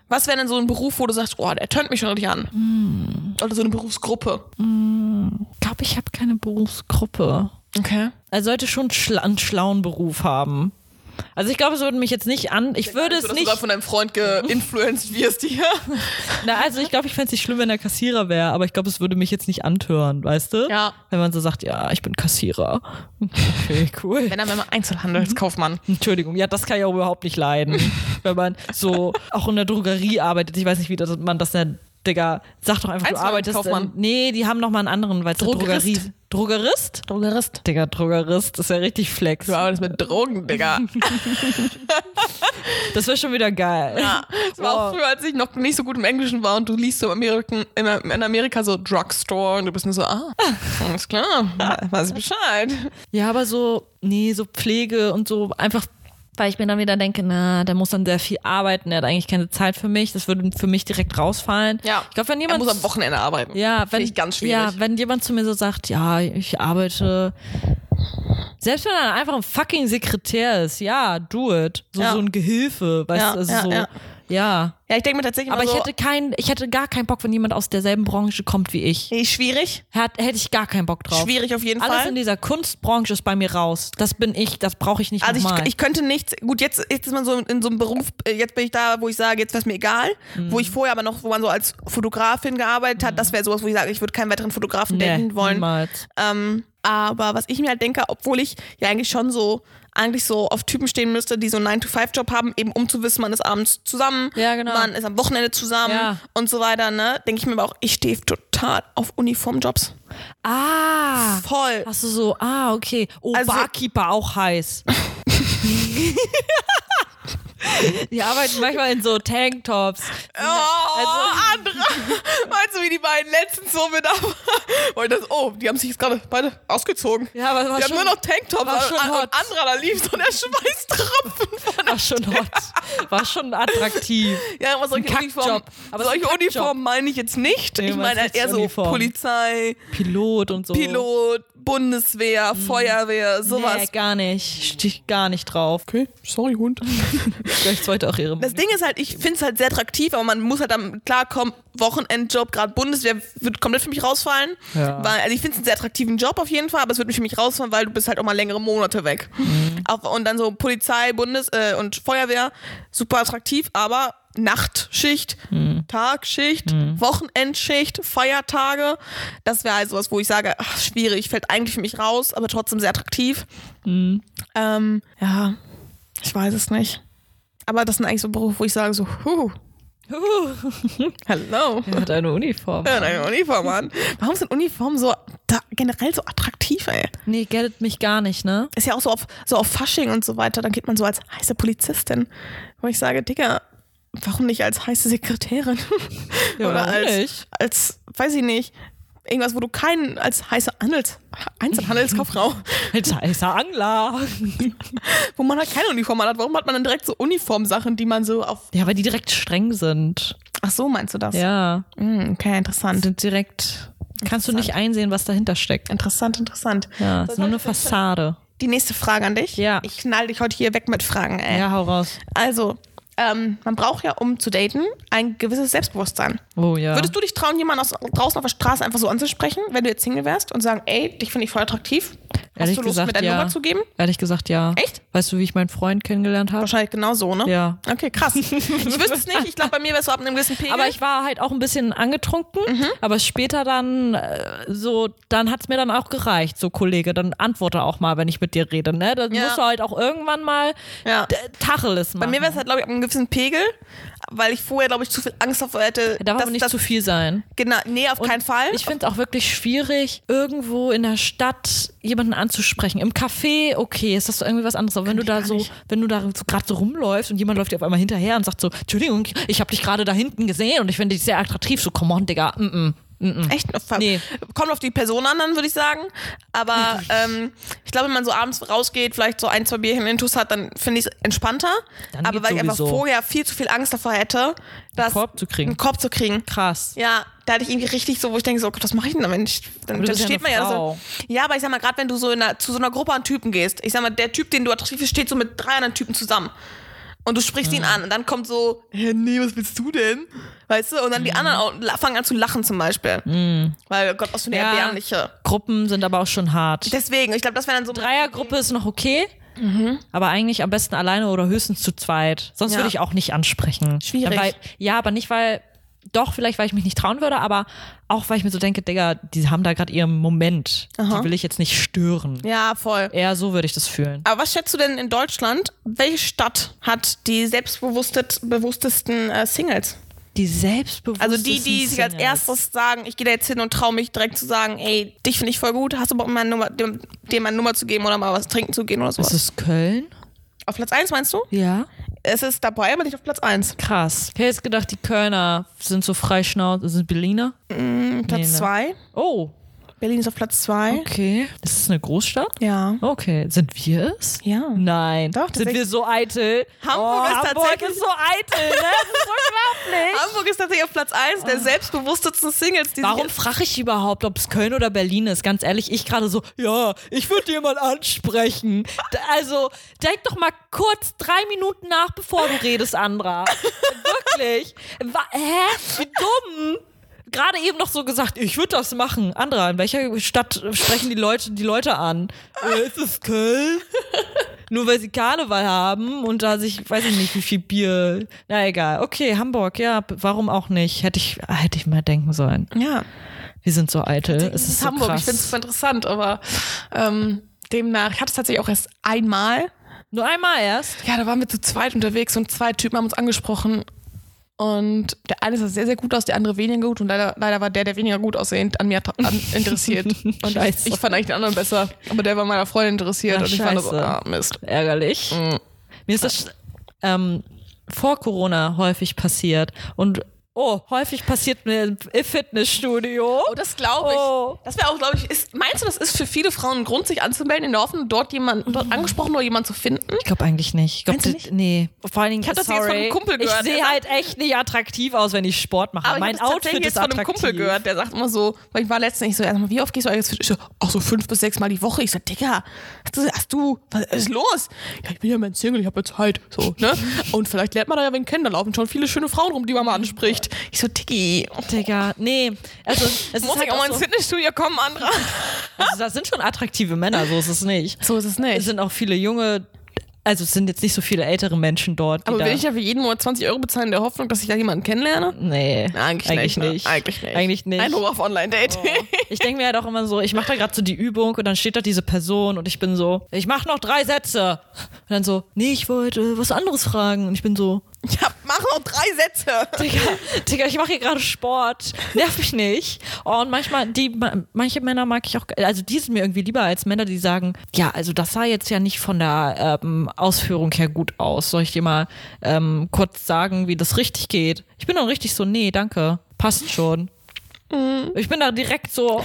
[SPEAKER 1] was wäre denn so ein Beruf, wo du sagst, oh, der tönt mich schon richtig an? Oder so eine Berufsgruppe.
[SPEAKER 2] Ich glaube, ich habe keine Berufsgruppe.
[SPEAKER 1] Okay.
[SPEAKER 2] Er sollte schon schla einen schlauen Beruf haben. Also ich glaube, es würde mich jetzt nicht an. Ich würde
[SPEAKER 1] so,
[SPEAKER 2] es
[SPEAKER 1] dass
[SPEAKER 2] nicht.
[SPEAKER 1] du gerade von deinem Freund geinfluenced wirst hier.
[SPEAKER 2] Na, also ich glaube, ich fände es nicht schlimm, wenn er Kassierer wäre, aber ich glaube, es würde mich jetzt nicht antören, weißt du?
[SPEAKER 1] Ja.
[SPEAKER 2] Wenn man so sagt, ja, ich bin Kassierer. Okay, cool.
[SPEAKER 1] Wenn dann mal Einzelhandelskaufmann.
[SPEAKER 2] Entschuldigung, ja, das kann ich auch überhaupt nicht leiden. wenn man so auch in der Drogerie arbeitet. Ich weiß nicht, wie das, man das nennt. Digga, sag doch einfach, du
[SPEAKER 1] Einzelhandel-
[SPEAKER 2] arbeitest.
[SPEAKER 1] Kaufmann.
[SPEAKER 2] In, nee, die haben noch mal einen anderen, weil es eine
[SPEAKER 1] Drogerist.
[SPEAKER 2] Drogerie. Drogerist?
[SPEAKER 1] Drogerist.
[SPEAKER 2] Digga, Drogerist ist ja richtig flex.
[SPEAKER 1] Du arbeitest mit Drogen, Digga.
[SPEAKER 2] Das wäre schon wieder geil.
[SPEAKER 1] Ja, das war auch
[SPEAKER 2] Wow.
[SPEAKER 1] früher, als ich noch nicht so gut im Englischen war und du liest so im American, in, in Amerika so Drugstore und du bist nur so, ah, alles klar, weiß ich Bescheid.
[SPEAKER 2] Ja, aber so, nee, so Pflege und so einfach, weil ich mir dann wieder denke, na, der muss dann sehr viel arbeiten, der hat eigentlich keine Zeit für mich, das würde für mich direkt rausfallen.
[SPEAKER 1] Ja.
[SPEAKER 2] Ich glaube, wenn
[SPEAKER 1] Er
[SPEAKER 2] jemand.
[SPEAKER 1] muss am Wochenende arbeiten.
[SPEAKER 2] ja, wenn,
[SPEAKER 1] Finde ich ganz schwierig.
[SPEAKER 2] ja, wenn jemand zu mir so sagt, ja, ich arbeite. Selbst wenn er einfach ein fucking Sekretär ist, ja, do it. So,
[SPEAKER 1] Ja.
[SPEAKER 2] so ein Gehilfe, weißt
[SPEAKER 1] Ja,
[SPEAKER 2] du, also
[SPEAKER 1] ja,
[SPEAKER 2] so,
[SPEAKER 1] ja. Also
[SPEAKER 2] ja.
[SPEAKER 1] Ja, ich denke mir tatsächlich
[SPEAKER 2] Aber
[SPEAKER 1] immer
[SPEAKER 2] ich
[SPEAKER 1] so,
[SPEAKER 2] hätte kein, ich hätte gar keinen Bock, wenn jemand aus derselben Branche kommt wie ich.
[SPEAKER 1] Nee, schwierig.
[SPEAKER 2] Hat, hätte ich gar keinen Bock drauf.
[SPEAKER 1] Schwierig auf jeden
[SPEAKER 2] Alles
[SPEAKER 1] Fall.
[SPEAKER 2] in dieser Kunstbranche ist bei mir raus. Das bin ich, das brauche ich nicht
[SPEAKER 1] Also
[SPEAKER 2] nochmal.
[SPEAKER 1] ich, ich könnte nichts, gut, jetzt, jetzt ist man so in so einem Beruf, äh, jetzt bin ich da, wo ich sage, jetzt wäre es mir egal, wo
[SPEAKER 2] Mhm.
[SPEAKER 1] ich vorher aber noch, wo man so als Fotografin gearbeitet hat, das wäre sowas, wo ich sage, ich würde keinen weiteren Fotografen daten wollen.
[SPEAKER 2] Niemals.
[SPEAKER 1] Ähm, aber was ich mir halt denke, obwohl ich ja eigentlich schon so, eigentlich so auf Typen stehen müsste, die so einen 9-to-5-Job haben, eben um zu wissen, man ist abends zusammen,
[SPEAKER 2] Ja, genau.
[SPEAKER 1] man ist am Wochenende zusammen
[SPEAKER 2] Ja.
[SPEAKER 1] und so weiter, ne? Denke ich mir aber auch, ich stehe total auf Uniformjobs.
[SPEAKER 2] Ah.
[SPEAKER 1] Voll.
[SPEAKER 2] Hast du so, ah, okay. Oh,
[SPEAKER 1] Also-
[SPEAKER 2] Barkeeper auch heiß. Die arbeiten manchmal in so Tanktops.
[SPEAKER 1] Oh,
[SPEAKER 2] Also-
[SPEAKER 1] andere. Weißt du, wie die beiden letztens so mit ab- Weil das, oh, die haben sich jetzt gerade beide ausgezogen.
[SPEAKER 2] Ja, aber war
[SPEAKER 1] die haben
[SPEAKER 2] schon,
[SPEAKER 1] nur noch Tanktops
[SPEAKER 2] war
[SPEAKER 1] an,
[SPEAKER 2] schon
[SPEAKER 1] an,
[SPEAKER 2] hot.
[SPEAKER 1] und anderer, da lief so der Schweißtropfen von
[SPEAKER 2] war schon hot. War schon attraktiv.
[SPEAKER 1] Ja, aber solche
[SPEAKER 2] Kackjob.
[SPEAKER 1] Uniformen,
[SPEAKER 2] Aber es ist ein
[SPEAKER 1] solche
[SPEAKER 2] Kackjob.
[SPEAKER 1] Uniformen meine ich jetzt nicht.
[SPEAKER 2] Nee,
[SPEAKER 1] ich
[SPEAKER 2] man
[SPEAKER 1] meine
[SPEAKER 2] ist
[SPEAKER 1] eher so
[SPEAKER 2] Uniform. Oh.
[SPEAKER 1] Polizei,
[SPEAKER 2] Pilot und so.
[SPEAKER 1] Pilot, Bundeswehr, Feuerwehr, sowas.
[SPEAKER 2] Mhm. Nee, gar nicht. Stich gar nicht drauf.
[SPEAKER 1] Okay, sorry, Hund.
[SPEAKER 2] Vielleicht sollte auch ihre
[SPEAKER 1] Das Ding ist halt, ich finde es halt sehr attraktiv, aber man muss halt dann klarkommen, Wochenendjob, gerade Bundeswehr, wird komplett für mich rausfallen.
[SPEAKER 2] Ja.
[SPEAKER 1] Weil, also ich finde es einen sehr attraktiven Job auf jeden Fall, aber es wird für mich rausfallen, weil du bist halt auch mal längere Monate weg. Auch, und dann so Polizei, Bundes- äh, und Feuerwehr, super attraktiv, aber Nachtschicht, Tagschicht, Wochenendschicht, Feiertage, das wäre halt sowas, wo ich sage, ach, schwierig, fällt eigentlich für mich raus, aber trotzdem sehr attraktiv. Ähm, ja, ich weiß es nicht. Aber das sind eigentlich so Berufe, wo ich sage so, huh,
[SPEAKER 2] Uh,
[SPEAKER 1] hello.
[SPEAKER 2] er hat eine Uniform.
[SPEAKER 1] Ja, eine Uniform an. Warum sind Uniformen so da, generell so attraktiv, ey.
[SPEAKER 2] Nee, geldet mich gar nicht, ne?
[SPEAKER 1] Ist ja auch so auf, so auf Fasching und so weiter, dann geht man so als heiße Polizistin. Wo ich sage, Digga, warum nicht als heiße Sekretärin?
[SPEAKER 2] Ja,
[SPEAKER 1] Oder
[SPEAKER 2] warum
[SPEAKER 1] als,
[SPEAKER 2] nicht?
[SPEAKER 1] als, weiß ich nicht, irgendwas, wo du keinen, als heiße Handels, Einzelhandelskauffrau,
[SPEAKER 2] Als heißer Angler.
[SPEAKER 1] wo man halt keine Uniform hat. Warum hat man dann direkt so Uniformsachen, die man so auf.
[SPEAKER 2] Ja, weil die direkt streng sind.
[SPEAKER 1] Ach so, meinst du das?
[SPEAKER 2] Ja.
[SPEAKER 1] Hm, okay, interessant.
[SPEAKER 2] Sind direkt. Kannst du nicht einsehen, was dahinter steckt.
[SPEAKER 1] Interessant, interessant.
[SPEAKER 2] Ja, ist nur eine Fassade.
[SPEAKER 1] Die nächste Frage an dich.
[SPEAKER 2] Ja.
[SPEAKER 1] Ich knall dich heute hier weg mit Fragen, ey.
[SPEAKER 2] Ja, hau raus.
[SPEAKER 1] Also, ähm, man braucht ja, um zu daten, ein gewisses Selbstbewusstsein.
[SPEAKER 2] Oh ja.
[SPEAKER 1] Würdest du dich trauen, jemanden aus, draußen auf der Straße einfach so anzusprechen, wenn du jetzt Single wärst und sagen, ey, dich finde ich voll attraktiv? Hast
[SPEAKER 2] Ehrlich
[SPEAKER 1] du Lust,
[SPEAKER 2] gesagt,
[SPEAKER 1] mir deine
[SPEAKER 2] ja.
[SPEAKER 1] Nummer zu geben?
[SPEAKER 2] Ehrlich gesagt, ja.
[SPEAKER 1] Echt?
[SPEAKER 2] Weißt du, wie ich meinen Freund kennengelernt habe?
[SPEAKER 1] Wahrscheinlich genau so, ne?
[SPEAKER 2] Ja.
[SPEAKER 1] Okay, krass. Ich wüsste es nicht. Ich glaube, bei mir wärst du ab einem gewissen Pegel.
[SPEAKER 2] Aber ich war halt auch ein bisschen angetrunken,
[SPEAKER 1] Mhm.
[SPEAKER 2] aber später dann äh, so, dann hat's mir dann auch gereicht, so Kollege, dann antworte auch mal, wenn ich mit dir rede, ne? Dann
[SPEAKER 1] Ja.
[SPEAKER 2] musst du halt auch irgendwann mal
[SPEAKER 1] Ja.
[SPEAKER 2] d- Tacheles
[SPEAKER 1] bei
[SPEAKER 2] machen.
[SPEAKER 1] mir wäre es halt, glaube ich, ab einem gewissen Pegel, weil ich vorher, glaube ich, zu viel Angst davor hätte.
[SPEAKER 2] Darf aber nicht zu viel sein.
[SPEAKER 1] Genau, nee, auf keinen Fall.
[SPEAKER 2] Ich finde es auch wirklich schwierig, irgendwo in der Stadt jemanden anzusprechen. Im Café, okay, ist das so irgendwie was anderes. Aber wenn du
[SPEAKER 1] ich
[SPEAKER 2] da
[SPEAKER 1] gar
[SPEAKER 2] so,
[SPEAKER 1] nicht.
[SPEAKER 2] wenn du da so gerade so rumläufst und jemand läuft dir auf einmal hinterher und sagt so, Entschuldigung, ich habe dich gerade da hinten gesehen und ich finde dich sehr attraktiv. So, come on, Digga. Mm -mm.
[SPEAKER 1] Echt? Auf-
[SPEAKER 2] Nee.
[SPEAKER 1] Kommt auf die Person an, dann würde ich sagen. Aber ähm, ich glaube, wenn man so abends rausgeht, vielleicht so ein, zwei Bierchen Intus hat, dann finde ich es entspannter.
[SPEAKER 2] Dann
[SPEAKER 1] Aber
[SPEAKER 2] geht's
[SPEAKER 1] weil ich einfach
[SPEAKER 2] sowieso.
[SPEAKER 1] vorher viel zu viel Angst davor hätte, dass einen
[SPEAKER 2] Korb zu kriegen.
[SPEAKER 1] Einen Korb zu kriegen.
[SPEAKER 2] Krass.
[SPEAKER 1] Ja, da hatte ich irgendwie richtig so, wo ich denke, so, oh Gott, was mache ich denn da, Mensch? Dann,
[SPEAKER 2] Aber
[SPEAKER 1] dann
[SPEAKER 2] du bist ja
[SPEAKER 1] steht man
[SPEAKER 2] eine
[SPEAKER 1] ja so.
[SPEAKER 2] Frau.
[SPEAKER 1] Ja, aber ich sag mal, gerade wenn du so in einer, zu so einer Gruppe an Typen gehst, ich sag mal, der Typ, den du attraktiv findest, steht so mit drei anderen Typen zusammen. Und du sprichst
[SPEAKER 2] Mhm.
[SPEAKER 1] ihn an und dann kommt so, hä, nee, was willst du denn? Weißt du? Und
[SPEAKER 2] Mhm.
[SPEAKER 1] dann die anderen auch, la- fangen an zu lachen zum Beispiel. Weil, oh Gott, was für eine
[SPEAKER 2] Ja.
[SPEAKER 1] erbärmliche.
[SPEAKER 2] Gruppen sind aber auch schon hart.
[SPEAKER 1] Deswegen, ich glaube, das wäre dann so.
[SPEAKER 2] Dreiergruppe ist noch okay, aber eigentlich am besten alleine oder höchstens zu zweit. Sonst
[SPEAKER 1] Mhm. Ja.
[SPEAKER 2] würde ich auch nicht ansprechen.
[SPEAKER 1] Schwierig.
[SPEAKER 2] Weil, ja, aber nicht, weil, doch, vielleicht, weil ich mich nicht trauen würde, aber auch, weil ich mir so denke, Digga, die haben da gerade ihren Moment. Die will ich jetzt nicht stören.
[SPEAKER 1] Ja, voll.
[SPEAKER 2] Eher so würde ich das fühlen.
[SPEAKER 1] Aber was schätzt du denn in Deutschland? Welche Stadt hat die selbstbewusstesten äh, Singles?
[SPEAKER 2] Die selbstbewussten
[SPEAKER 1] Also die, die sich als
[SPEAKER 2] Singles.
[SPEAKER 1] erstes sagen, ich gehe da jetzt hin und traue mich direkt zu sagen, ey, dich finde ich voll gut, hast du Bock, meine Nummer, dem, dem meine Nummer zu geben oder mal was trinken zu gehen oder
[SPEAKER 2] Ist
[SPEAKER 1] sowas.
[SPEAKER 2] es Köln?
[SPEAKER 1] Auf Platz 1 meinst du?
[SPEAKER 2] Ja.
[SPEAKER 1] Es ist dabei, aber nicht auf Platz 1.
[SPEAKER 2] Krass. Ich hätte jetzt gedacht, die Kölner sind so Freischnauze, sind Berliner.
[SPEAKER 1] Platz
[SPEAKER 2] ne.
[SPEAKER 1] 2.
[SPEAKER 2] Oh,
[SPEAKER 1] Berlin ist auf Platz 2.
[SPEAKER 2] okay. Das ist eine Großstadt?
[SPEAKER 1] Ja.
[SPEAKER 2] Okay, sind wir es?
[SPEAKER 1] Ja.
[SPEAKER 2] Nein.
[SPEAKER 1] Doch,
[SPEAKER 2] sind wir
[SPEAKER 1] tatsächlich.
[SPEAKER 2] so eitel?
[SPEAKER 1] Hamburg
[SPEAKER 2] oh,
[SPEAKER 1] ist
[SPEAKER 2] Hamburg
[SPEAKER 1] tatsächlich-
[SPEAKER 2] ist so eitel, ne? Das ist unglaublich.
[SPEAKER 1] Hamburg ist tatsächlich auf Platz 1 der selbstbewusstesten Singles. Die
[SPEAKER 2] Ah. Warum
[SPEAKER 1] Sich,
[SPEAKER 2] frage ich überhaupt, ob es Köln oder Berlin ist? Ganz ehrlich, ich gerade so, ja, ich würde jemand ansprechen. D- Also, denk doch mal kurz drei Minuten nach, bevor du redest, Andra. Wirklich. Wa hä? Wie dumm. Gerade eben noch so gesagt, ich würde das machen. Andra, in welcher Stadt sprechen die Leute die Leute an? Äh, ist es Köln? Nur weil sie Karneval haben und da sich, weiß ich nicht, wie viel Bier. Na egal. Okay, Hamburg, ja, b- warum auch nicht? Hätte ich, hätte ich mal denken sollen.
[SPEAKER 1] ja.
[SPEAKER 2] Wir sind so eitel.
[SPEAKER 1] Das
[SPEAKER 2] Es
[SPEAKER 1] ist,
[SPEAKER 2] ist so
[SPEAKER 1] Hamburg,
[SPEAKER 2] krass.
[SPEAKER 1] ich finde es super interessant, aber ähm, demnach, ich hatte es tatsächlich auch erst einmal.
[SPEAKER 2] Nur einmal erst.
[SPEAKER 1] Ja, da waren wir zu zweit unterwegs und zwei Typen haben uns angesprochen. Und der eine sah sehr, sehr gut aus, der andere weniger gut. Und leider, leider war der, der weniger gut aussehend, an mir attra- an, interessiert. Und ich,
[SPEAKER 2] Scheiße.
[SPEAKER 1] ich fand eigentlich den anderen besser. Aber der war meiner Freundin interessiert.
[SPEAKER 2] Ja,
[SPEAKER 1] und ich fand so,
[SPEAKER 2] scheiße.
[SPEAKER 1] ah, Mist.
[SPEAKER 2] Ärgerlich. Mir ist das ähm, vor Corona häufig passiert. Und oh, häufig passiert mir im Fitnessstudio.
[SPEAKER 1] Oh, das glaube ich.
[SPEAKER 2] Oh.
[SPEAKER 1] Das wäre auch, glaube ich, ist, meinst du, das ist für viele Frauen ein Grund, sich anzumelden, in der Hoffnung, dort jemanden, dort angesprochen oder jemanden zu finden?
[SPEAKER 2] Ich glaube eigentlich nicht. Ich glaub,
[SPEAKER 1] Meinst du
[SPEAKER 2] die-
[SPEAKER 1] nicht?
[SPEAKER 2] Nee. Vor allen Dingen,
[SPEAKER 1] Ich hab das jetzt
[SPEAKER 2] sorry,
[SPEAKER 1] von einem Kumpel gehört.
[SPEAKER 2] Ich
[SPEAKER 1] Er
[SPEAKER 2] sehe
[SPEAKER 1] sagt-
[SPEAKER 2] halt echt nicht attraktiv aus, wenn ich Sport mache.
[SPEAKER 1] Aber ich
[SPEAKER 2] mein
[SPEAKER 1] habe
[SPEAKER 2] Outfit
[SPEAKER 1] tatsächlich
[SPEAKER 2] ist
[SPEAKER 1] jetzt von einem
[SPEAKER 2] attraktiv.
[SPEAKER 1] Kumpel gehört, der sagt immer so, weil ich war letztens, ich so, ja, sag mal, wie oft gehst du eigentlich? ins Fitness? Ich so, ach so fünf bis sechs Mal die Woche. Ich so, Digga, hast du, hast du was ist los? Ja, ich bin ja mein Single, ich habe jetzt Zeit. So, ne? Und vielleicht lernt man da ja wen kennen, da laufen schon viele schöne Frauen rum, die man mal anspricht. Ich so, Diggi,
[SPEAKER 2] Digga, nee. Also, es ist
[SPEAKER 1] muss
[SPEAKER 2] halt
[SPEAKER 1] ich auch mal ins
[SPEAKER 2] so,
[SPEAKER 1] Fitnessstudio kommen, Andra?
[SPEAKER 2] also, das sind schon attraktive Männer, so ist es nicht.
[SPEAKER 1] So ist es
[SPEAKER 2] Es
[SPEAKER 1] nicht.
[SPEAKER 2] sind auch viele junge, also es sind jetzt nicht so viele ältere Menschen dort. Die
[SPEAKER 1] Aber
[SPEAKER 2] da,
[SPEAKER 1] will ich ja für jeden Monat 20 Euro bezahlen in der Hoffnung, dass ich da jemanden kennenlerne?
[SPEAKER 2] Nee,
[SPEAKER 1] Eigentlich, nicht, ne? Eigentlich nicht.
[SPEAKER 2] Eigentlich nicht.
[SPEAKER 1] Ein Hoch auf Online-Dating.
[SPEAKER 2] Ich denke mir halt auch immer so, ich mache da gerade so die Übung und dann steht da diese Person und ich bin so, ich mache noch drei Sätze. Und dann so, nee, ich wollte was anderes fragen. Und ich bin so,
[SPEAKER 1] Ich hab, mach noch drei Sätze.
[SPEAKER 2] Digga, Digga ich mache hier gerade Sport. Nerv mich nicht. Oh, und manchmal, die, ma- manche Männer mag ich auch, also die sind mir irgendwie lieber als Männer, die sagen, ja, also das sah jetzt ja nicht von der ähm, Ausführung her gut aus. Soll ich dir mal ähm, kurz sagen, wie das richtig geht? Ich bin dann richtig so, nee, danke, passt schon. Ich bin da direkt so,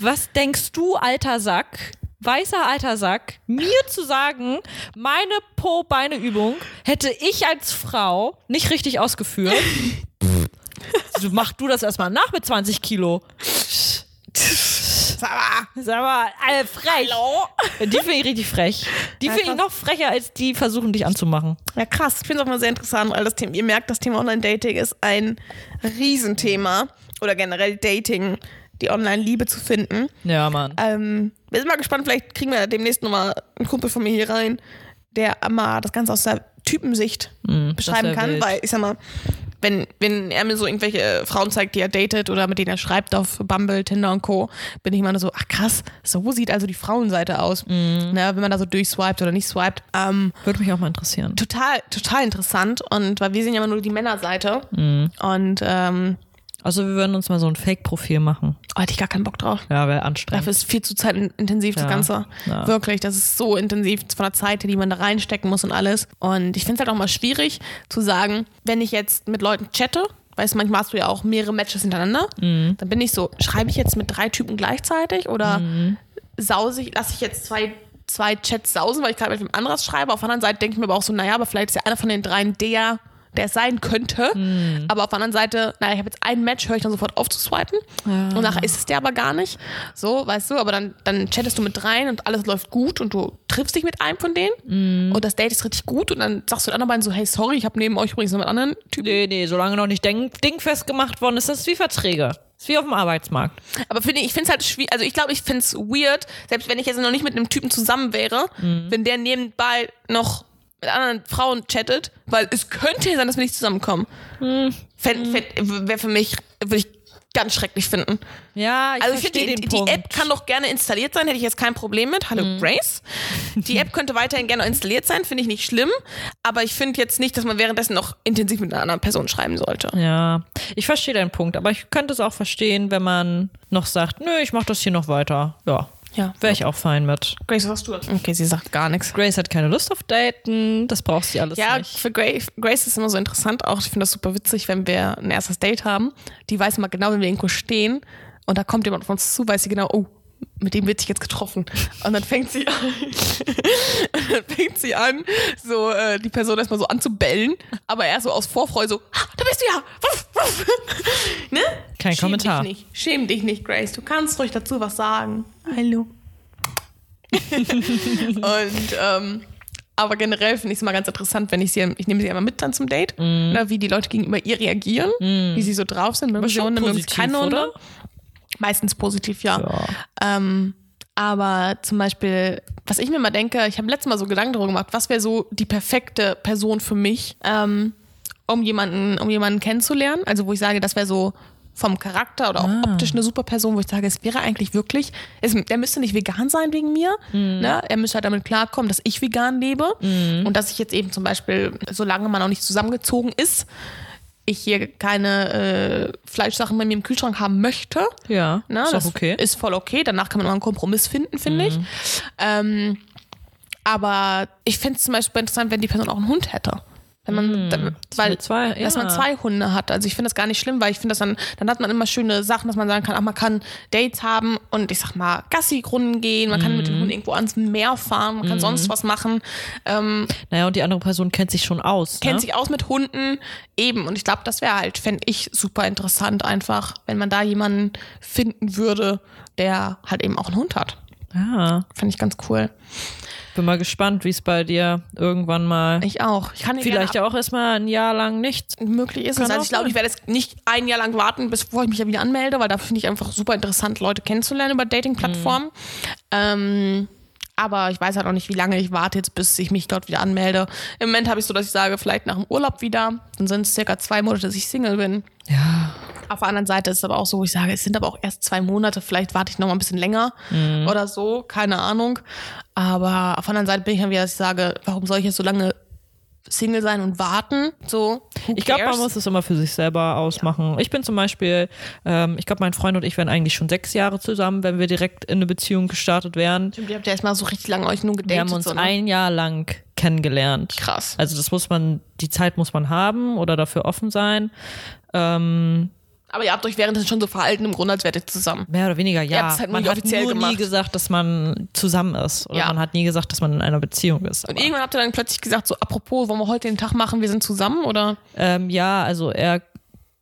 [SPEAKER 2] was denkst du, alter Sack? Weißer alter Sack, mir zu sagen, meine Po-Beine-Übung hätte ich als Frau nicht richtig ausgeführt. So, Mach du das erstmal nach mit 20 Kilo.
[SPEAKER 1] Sag mal,
[SPEAKER 2] Sag mal, äh, frech.
[SPEAKER 1] Hallo?
[SPEAKER 2] Die finde ich richtig frech. Die
[SPEAKER 1] Ja,
[SPEAKER 2] finde ich
[SPEAKER 1] krass.
[SPEAKER 2] noch frecher, als die versuchen, dich anzumachen.
[SPEAKER 1] Ja, krass. Ich finde es auch mal sehr interessant, weil das Thema, ihr merkt, das Thema Online-Dating ist ein Riesenthema. Oder generell Dating, die Online-Liebe zu finden.
[SPEAKER 2] Ja, Mann.
[SPEAKER 1] Ähm, wir sind mal gespannt, vielleicht kriegen wir demnächst nochmal einen Kumpel von mir hier rein, der mal das Ganze aus der Typensicht beschreiben
[SPEAKER 2] Mm, wär
[SPEAKER 1] kann,
[SPEAKER 2] wild.
[SPEAKER 1] weil ich sag mal, wenn, wenn er mir so irgendwelche Frauen zeigt, die er datet oder mit denen er schreibt auf Bumble, Tinder und Co., bin ich immer nur so, ach krass, so sieht also die Frauenseite aus.
[SPEAKER 2] Mm.
[SPEAKER 1] Ne, wenn man da so durchswiped oder nicht swiped. Ähm,
[SPEAKER 2] Würde mich auch mal interessieren.
[SPEAKER 1] total, total interessant und weil wir sehen ja immer nur die Männerseite
[SPEAKER 2] Mhm.
[SPEAKER 1] und ähm,
[SPEAKER 2] Also wir würden uns mal so ein Fake-Profil machen.
[SPEAKER 1] oh, hätte ich gar keinen Bock drauf.
[SPEAKER 2] Ja, wäre anstrengend.
[SPEAKER 1] Dafür ist viel zu zeitintensiv
[SPEAKER 2] Ja,
[SPEAKER 1] das Ganze.
[SPEAKER 2] ja.
[SPEAKER 1] Wirklich, das ist so intensiv von der Zeit, her, die man da reinstecken muss und alles. Und ich finde es halt auch mal schwierig zu sagen, wenn ich jetzt mit Leuten chatte, weißt du, manchmal hast du ja auch mehrere Matches hintereinander,
[SPEAKER 2] Mhm.
[SPEAKER 1] dann bin ich so, schreibe ich jetzt mit drei Typen gleichzeitig oder sause ich, lasse ich jetzt zwei zwei Chats sausen, weil ich gerade mit wem anderes schreibe. Auf der anderen Seite denke ich mir aber auch so, naja, aber vielleicht ist ja einer von den dreien der, der es sein könnte. Aber auf der anderen Seite, naja, ich habe jetzt ein Match, höre ich dann sofort auf zu swipen. Und nachher ist es der aber gar nicht. So, weißt du, aber dann, dann chattest du mit dreien und alles läuft gut und du triffst dich mit einem von denen und das Date ist richtig gut und dann sagst du den anderen beiden so, hey, sorry, ich habe neben euch übrigens noch mit anderen Typen.
[SPEAKER 2] Nee, nee, solange noch nicht denk dingfest gemacht worden ist, das ist wie Verträge. Ist wie auf dem Arbeitsmarkt.
[SPEAKER 1] Aber finde ich, ich finde es halt schwierig, also ich glaube, ich finde es weird, selbst wenn ich jetzt noch nicht mit einem Typen zusammen wäre, wenn der nebenbei noch mit anderen Frauen chattet, weil es könnte ja sein, dass wir nicht zusammenkommen. Mhm. Fänd- fänd- Wäre für mich, würde ich ganz schrecklich finden.
[SPEAKER 2] Ja, ich
[SPEAKER 1] Also ich
[SPEAKER 2] verstehe
[SPEAKER 1] finde, die,
[SPEAKER 2] den
[SPEAKER 1] die
[SPEAKER 2] Punkt.
[SPEAKER 1] App kann doch gerne installiert sein, hätte ich jetzt kein Problem mit. Hallo Grace. Die App könnte weiterhin gerne installiert sein, finde ich nicht schlimm. Aber ich finde jetzt nicht, dass man währenddessen noch intensiv mit einer anderen Person schreiben sollte.
[SPEAKER 2] ja, ich verstehe deinen Punkt, aber ich könnte es auch verstehen, wenn man noch sagt, nö, ich mach das hier noch weiter. Ja,
[SPEAKER 1] Ja.
[SPEAKER 2] wäre ich auch fein mit.
[SPEAKER 1] Grace, was hast du? Okay, sie sagt gar nichts.
[SPEAKER 2] Grace hat keine Lust auf Daten, das braucht sie alles
[SPEAKER 1] Ja,
[SPEAKER 2] nicht.
[SPEAKER 1] für Grace, Grace ist immer so interessant auch. Ich finde das super witzig, wenn wir ein erstes Date haben. Die weiß mal genau, wenn wir irgendwo stehen und da kommt jemand auf uns zu, weiß sie genau, oh, mit dem wird sich jetzt getroffen. Und dann fängt sie an, und dann fängt sie an, so äh, die Person erstmal so anzubellen, aber erst so aus Vorfreude so, ah, da bist du ja. Wuff, wuff. ne?
[SPEAKER 2] Kein
[SPEAKER 1] Schäm
[SPEAKER 2] Kommentar.
[SPEAKER 1] Dich nicht. Schäm dich nicht, Grace. Du kannst ruhig dazu was sagen. Hallo. Und ähm, aber generell finde ich es immer ganz interessant, wenn ich sie, ich nehme sie einmal mit dann zum Date,
[SPEAKER 2] Mhm.
[SPEAKER 1] oder wie die Leute gegenüber ihr reagieren, wie sie so drauf sind, mögen sie
[SPEAKER 2] schon
[SPEAKER 1] Hunde, mögen sie
[SPEAKER 2] positiv,
[SPEAKER 1] keine Hunde.
[SPEAKER 2] oder?
[SPEAKER 1] Meistens positiv, ja.
[SPEAKER 2] Ja.
[SPEAKER 1] Ähm, aber zum Beispiel, was ich mir mal denke, ich habe letztes Mal so Gedanken darüber gemacht, was wäre so die perfekte Person für mich, ähm, um, jemanden, um jemanden kennenzulernen. Also wo ich sage, das wäre so vom Charakter oder auch optisch eine super Person, wo ich sage, es wäre eigentlich wirklich, es, der müsste nicht vegan sein wegen mir, ne? er müsste halt damit klarkommen, dass ich vegan lebe und dass ich jetzt eben zum Beispiel, solange man auch nicht zusammengezogen ist, ich hier keine äh, Fleischsachen bei mir im Kühlschrank haben möchte.
[SPEAKER 2] Ja,
[SPEAKER 1] Ne?
[SPEAKER 2] ist
[SPEAKER 1] das
[SPEAKER 2] auch okay. Mhm.
[SPEAKER 1] ist voll okay. Danach kann man immer einen Kompromiss finden, finde ich. Ähm, aber ich fände es zum Beispiel interessant, wenn die Person auch einen Hund hätte. Wenn man, da, weil,
[SPEAKER 2] Mhm. mit zwei-
[SPEAKER 1] dass
[SPEAKER 2] ja.
[SPEAKER 1] man zwei Hunde hat. Also ich finde das gar nicht schlimm, weil ich finde das dann, dann hat man immer schöne Sachen, dass man sagen kann, ach, man kann Dates haben und ich sag mal, Gassi runden gehen, man kann mit
[SPEAKER 2] Mhm.
[SPEAKER 1] dem Hund irgendwo ans Meer fahren, man kann sonst was machen. Ähm,
[SPEAKER 2] naja, und die andere Person kennt sich schon aus.
[SPEAKER 1] kennt
[SPEAKER 2] ne?
[SPEAKER 1] sich aus mit Hunden, eben. Und ich glaube, das wäre halt, fände ich super interessant einfach, wenn man da jemanden finden würde, der halt eben auch einen Hund hat.
[SPEAKER 2] Ja,
[SPEAKER 1] Fände ich ganz cool.
[SPEAKER 2] bin mal gespannt, wie es bei dir irgendwann mal.
[SPEAKER 1] Ich auch. Ich kann dir
[SPEAKER 2] vielleicht
[SPEAKER 1] gerne
[SPEAKER 2] ja auch erstmal ein Jahr lang nichts.
[SPEAKER 1] Möglich ist es.
[SPEAKER 2] Kann
[SPEAKER 1] Also
[SPEAKER 2] auch
[SPEAKER 1] ich glaube, ich werde jetzt nicht ein Jahr lang warten, bis bevor ich mich ja wieder anmelde, weil da finde ich einfach super interessant, Leute kennenzulernen über Dating-Plattformen. Ähm, aber ich weiß halt auch nicht, wie lange ich warte jetzt, bis ich mich dort wieder anmelde. Im Moment habe ich so, dass ich sage, vielleicht nach dem Urlaub wieder. Dann sind es circa zwei Monate, dass ich Single bin.
[SPEAKER 2] Ja.
[SPEAKER 1] Auf der anderen Seite ist es aber auch so, wo ich sage, es sind aber auch erst zwei Monate, vielleicht warte ich noch mal ein bisschen länger
[SPEAKER 2] Mhm.
[SPEAKER 1] oder so, keine Ahnung. Aber auf der anderen Seite bin ich dann wieder, dass ich sage, warum soll ich jetzt so lange Single sein und warten. So, who
[SPEAKER 2] Ich glaube, man
[SPEAKER 1] cares?
[SPEAKER 2] muss es immer für sich selber ausmachen. Ich bin zum Beispiel, ähm, ich glaube, mein Freund und ich wären eigentlich schon sechs Jahre zusammen, wenn wir direkt in eine Beziehung gestartet wären.
[SPEAKER 1] Stimmt, ihr habt ja erstmal so richtig lange euch nur gedatet.
[SPEAKER 2] Wir haben uns
[SPEAKER 1] so, ne?
[SPEAKER 2] ein Jahr lang kennengelernt.
[SPEAKER 1] Krass.
[SPEAKER 2] Also das muss man, die Zeit muss man haben oder dafür offen sein.
[SPEAKER 1] Aber ihr habt euch währenddessen schon so verhalten, im Grunde als wärt ihr zusammen.
[SPEAKER 2] Mehr oder weniger, ja.
[SPEAKER 1] habt's halt
[SPEAKER 2] man
[SPEAKER 1] nie
[SPEAKER 2] hat
[SPEAKER 1] offiziell
[SPEAKER 2] nur nie
[SPEAKER 1] gemacht.
[SPEAKER 2] gesagt, dass man zusammen ist. Oder
[SPEAKER 1] Ja.
[SPEAKER 2] man hat nie gesagt, dass man in einer Beziehung ist.
[SPEAKER 1] Und irgendwann habt ihr dann plötzlich gesagt, so apropos, wollen wir heute den Tag machen, wir sind zusammen oder?
[SPEAKER 2] Ähm, ja, also er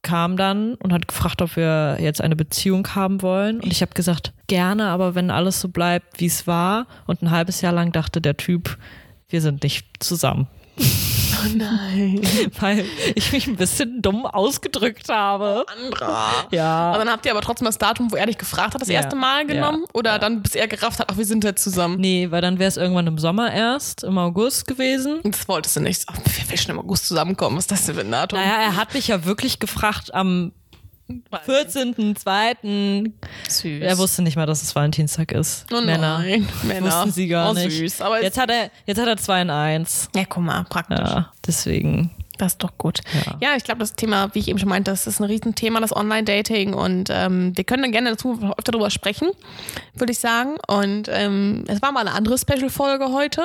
[SPEAKER 2] kam dann und hat gefragt, ob wir jetzt eine Beziehung haben wollen. Und ich habe gesagt, gerne, aber wenn alles so bleibt, wie es war. Und ein halbes Jahr lang dachte der Typ, wir sind nicht zusammen.
[SPEAKER 1] Nein.
[SPEAKER 2] Weil ich mich ein bisschen dumm ausgedrückt habe.
[SPEAKER 1] Andra.
[SPEAKER 2] Ja.
[SPEAKER 1] Aber dann habt ihr aber trotzdem das Datum, wo er dich gefragt hat, das
[SPEAKER 2] Ja.
[SPEAKER 1] erste Mal genommen?
[SPEAKER 2] Ja.
[SPEAKER 1] Oder dann, bis er gerafft hat, ach, wir sind jetzt zusammen?
[SPEAKER 2] Nee, weil dann wäre es irgendwann im Sommer erst, im August gewesen.
[SPEAKER 1] Und das wolltest du nicht. Ach, wir will schon im August zusammenkommen. Was ist das denn für ein Datum?
[SPEAKER 2] Naja, er hat mich ja wirklich gefragt am 14.02.
[SPEAKER 1] süß.
[SPEAKER 2] Er wusste nicht mal, dass es Valentinstag ist.
[SPEAKER 1] Oh
[SPEAKER 2] Männer.
[SPEAKER 1] nein, Männer.
[SPEAKER 2] Wussten sie gar
[SPEAKER 1] Oh,
[SPEAKER 2] nicht.
[SPEAKER 1] süß, aber
[SPEAKER 2] jetzt, hat er, jetzt hat er 2 in 1.
[SPEAKER 1] Ja, guck mal, praktisch.
[SPEAKER 2] Ja, deswegen.
[SPEAKER 1] Das ist doch gut.
[SPEAKER 2] Ja.
[SPEAKER 1] Ja, ich glaube, das Thema, wie ich eben schon meinte, das ist ein Riesenthema, das Online-Dating. Und ähm, wir können dann gerne dazu öfter darüber sprechen, würde ich sagen. Und ähm, es war mal eine andere Special-Folge heute.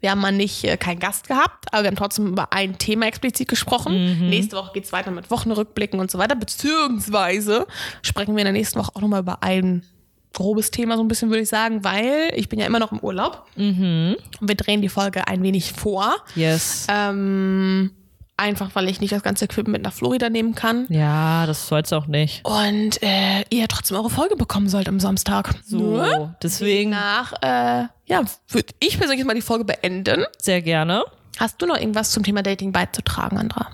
[SPEAKER 1] Wir haben mal nicht äh, keinen Gast gehabt, aber wir haben trotzdem über ein Thema explizit gesprochen. Nächste Woche geht es weiter mit Wochenrückblicken und so weiter. Beziehungsweise sprechen wir in der nächsten Woche auch nochmal über ein grobes Thema, so ein bisschen, würde ich sagen, weil ich bin ja immer noch im Urlaub. Und wir drehen die Folge ein wenig vor.
[SPEAKER 2] Yes.
[SPEAKER 1] Ähm, einfach weil ich nicht das ganze Equipment nach Florida nehmen kann.
[SPEAKER 2] ja, das soll's auch nicht.
[SPEAKER 1] Und äh, ihr trotzdem eure Folge bekommen sollt am Samstag. Ne?
[SPEAKER 2] So, deswegen
[SPEAKER 1] Nach, äh, ja, würde ich persönlich jetzt mal die Folge beenden.
[SPEAKER 2] sehr gerne.
[SPEAKER 1] Hast du noch irgendwas zum Thema Dating beizutragen, Andra?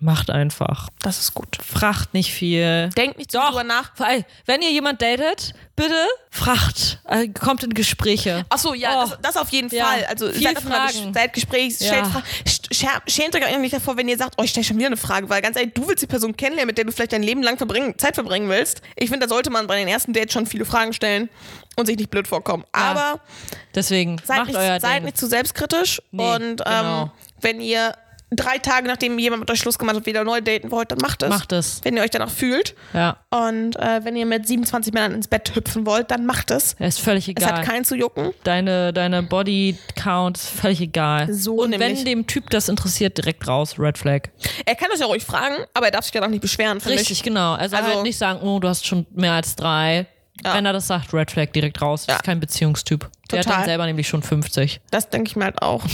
[SPEAKER 2] Macht einfach.
[SPEAKER 1] Das ist gut.
[SPEAKER 2] Fracht nicht viel.
[SPEAKER 1] Denkt nicht zu
[SPEAKER 2] Doch.
[SPEAKER 1] drüber nach.
[SPEAKER 2] Vor allem, wenn ihr jemand datet, bitte fracht. Äh, kommt in Gespräche.
[SPEAKER 1] Ach so, ja,
[SPEAKER 2] Oh.
[SPEAKER 1] das, das auf jeden
[SPEAKER 2] Ja.
[SPEAKER 1] Fall. Also
[SPEAKER 2] Viel
[SPEAKER 1] seid, einfach mal
[SPEAKER 2] Fragen.
[SPEAKER 1] ges- seid Gesprächs,
[SPEAKER 2] Ja.
[SPEAKER 1] stellt Fragen. Sch- scher- Schämt euch auch nicht davor, wenn ihr sagt, oh, ich stelle schon wieder eine Frage, weil ganz ehrlich, du willst die Person kennenlernen, mit der du vielleicht dein Leben lang verbringen, Zeit verbringen willst. Ich finde, da sollte man bei den ersten Dates schon viele Fragen stellen und sich nicht blöd vorkommen. Aber
[SPEAKER 2] Deswegen
[SPEAKER 1] seid,
[SPEAKER 2] macht euer
[SPEAKER 1] nicht, seid
[SPEAKER 2] Ding.
[SPEAKER 1] nicht zu selbstkritisch
[SPEAKER 2] Nee,
[SPEAKER 1] und ähm,
[SPEAKER 2] genau.
[SPEAKER 1] wenn ihr drei Tage nachdem jemand mit euch Schluss gemacht hat, wieder neu daten wollt, dann macht es.
[SPEAKER 2] Macht es.
[SPEAKER 1] Wenn ihr euch danach fühlt.
[SPEAKER 2] Ja.
[SPEAKER 1] Und äh, wenn ihr mit 27 Männern ins Bett hüpfen wollt, dann macht es.
[SPEAKER 2] Ist völlig
[SPEAKER 1] Es
[SPEAKER 2] egal.
[SPEAKER 1] hat keinen zu jucken.
[SPEAKER 2] Deine, deine Body Count ist völlig egal.
[SPEAKER 1] So
[SPEAKER 2] Und
[SPEAKER 1] nämlich.
[SPEAKER 2] wenn dem Typ das interessiert, direkt raus, Red Flag.
[SPEAKER 1] Er kann das ja ruhig fragen, aber er darf sich danach nicht beschweren. finde
[SPEAKER 2] Richtig, genau. Also,
[SPEAKER 1] Also-
[SPEAKER 2] halt nicht sagen, oh, du hast schon mehr als drei.
[SPEAKER 1] Ja.
[SPEAKER 2] Wenn er das sagt, Red Flag direkt raus. Das
[SPEAKER 1] Ja.
[SPEAKER 2] ist kein Beziehungstyp. Der hat
[SPEAKER 1] Total.
[SPEAKER 2] dann selber nämlich schon 50.
[SPEAKER 1] Ich. Das denke ich mir halt auch.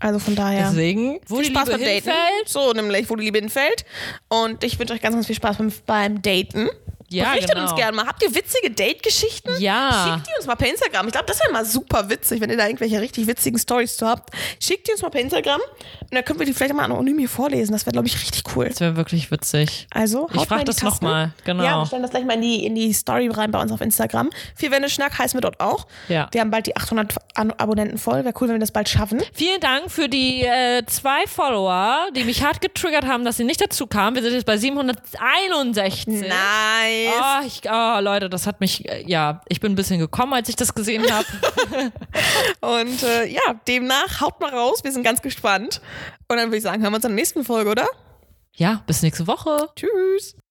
[SPEAKER 1] Also von daher.
[SPEAKER 2] Deswegen, wo
[SPEAKER 1] Viel
[SPEAKER 2] die
[SPEAKER 1] Spaß
[SPEAKER 2] Liebe
[SPEAKER 1] beim Daten.
[SPEAKER 2] hinfällt.
[SPEAKER 1] So, nämlich, wo die Liebe hinfällt. Und ich wünsche euch ganz, ganz viel Spaß beim, beim Daten.
[SPEAKER 2] Ja,
[SPEAKER 1] Berichtet
[SPEAKER 2] genau.
[SPEAKER 1] uns gerne mal. Habt ihr witzige Date-Geschichten?
[SPEAKER 2] Ja.
[SPEAKER 1] Schickt die uns mal per Instagram. Ich glaube, das wäre mal super witzig, wenn ihr da irgendwelche richtig witzigen Stories zu habt. Schickt die uns mal per Instagram und dann können wir die vielleicht mal anonym hier vorlesen. Das wäre, glaube ich, richtig cool.
[SPEAKER 2] Das wäre wirklich witzig.
[SPEAKER 1] Also,
[SPEAKER 2] Ich
[SPEAKER 1] haut
[SPEAKER 2] frag
[SPEAKER 1] mal in die
[SPEAKER 2] das
[SPEAKER 1] Tasten.
[SPEAKER 2] nochmal, genau.
[SPEAKER 1] Ja, wir stellen das gleich mal in die, in die Story rein bei uns auf Instagram. Vier Wände Schnack heißen wir dort auch.
[SPEAKER 2] Ja.
[SPEAKER 1] Wir haben bald die 800 An Abonnenten voll. Wäre cool, wenn wir das bald schaffen.
[SPEAKER 2] Vielen Dank für die äh, zwei Follower, die mich hart getriggert haben, dass sie nicht dazu kamen. Wir sind jetzt bei 761.
[SPEAKER 1] Nice.
[SPEAKER 2] Oh, ich, oh, Leute, das hat mich, äh, ja, ich bin ein bisschen gekommen, als ich das gesehen habe. Oh.
[SPEAKER 1] Und äh, ja, demnach haut mal raus. Wir sind ganz gespannt. Und dann würde ich sagen, hören wir uns in der nächsten Folge, oder?
[SPEAKER 2] ja, bis nächste Woche.
[SPEAKER 1] Tschüss.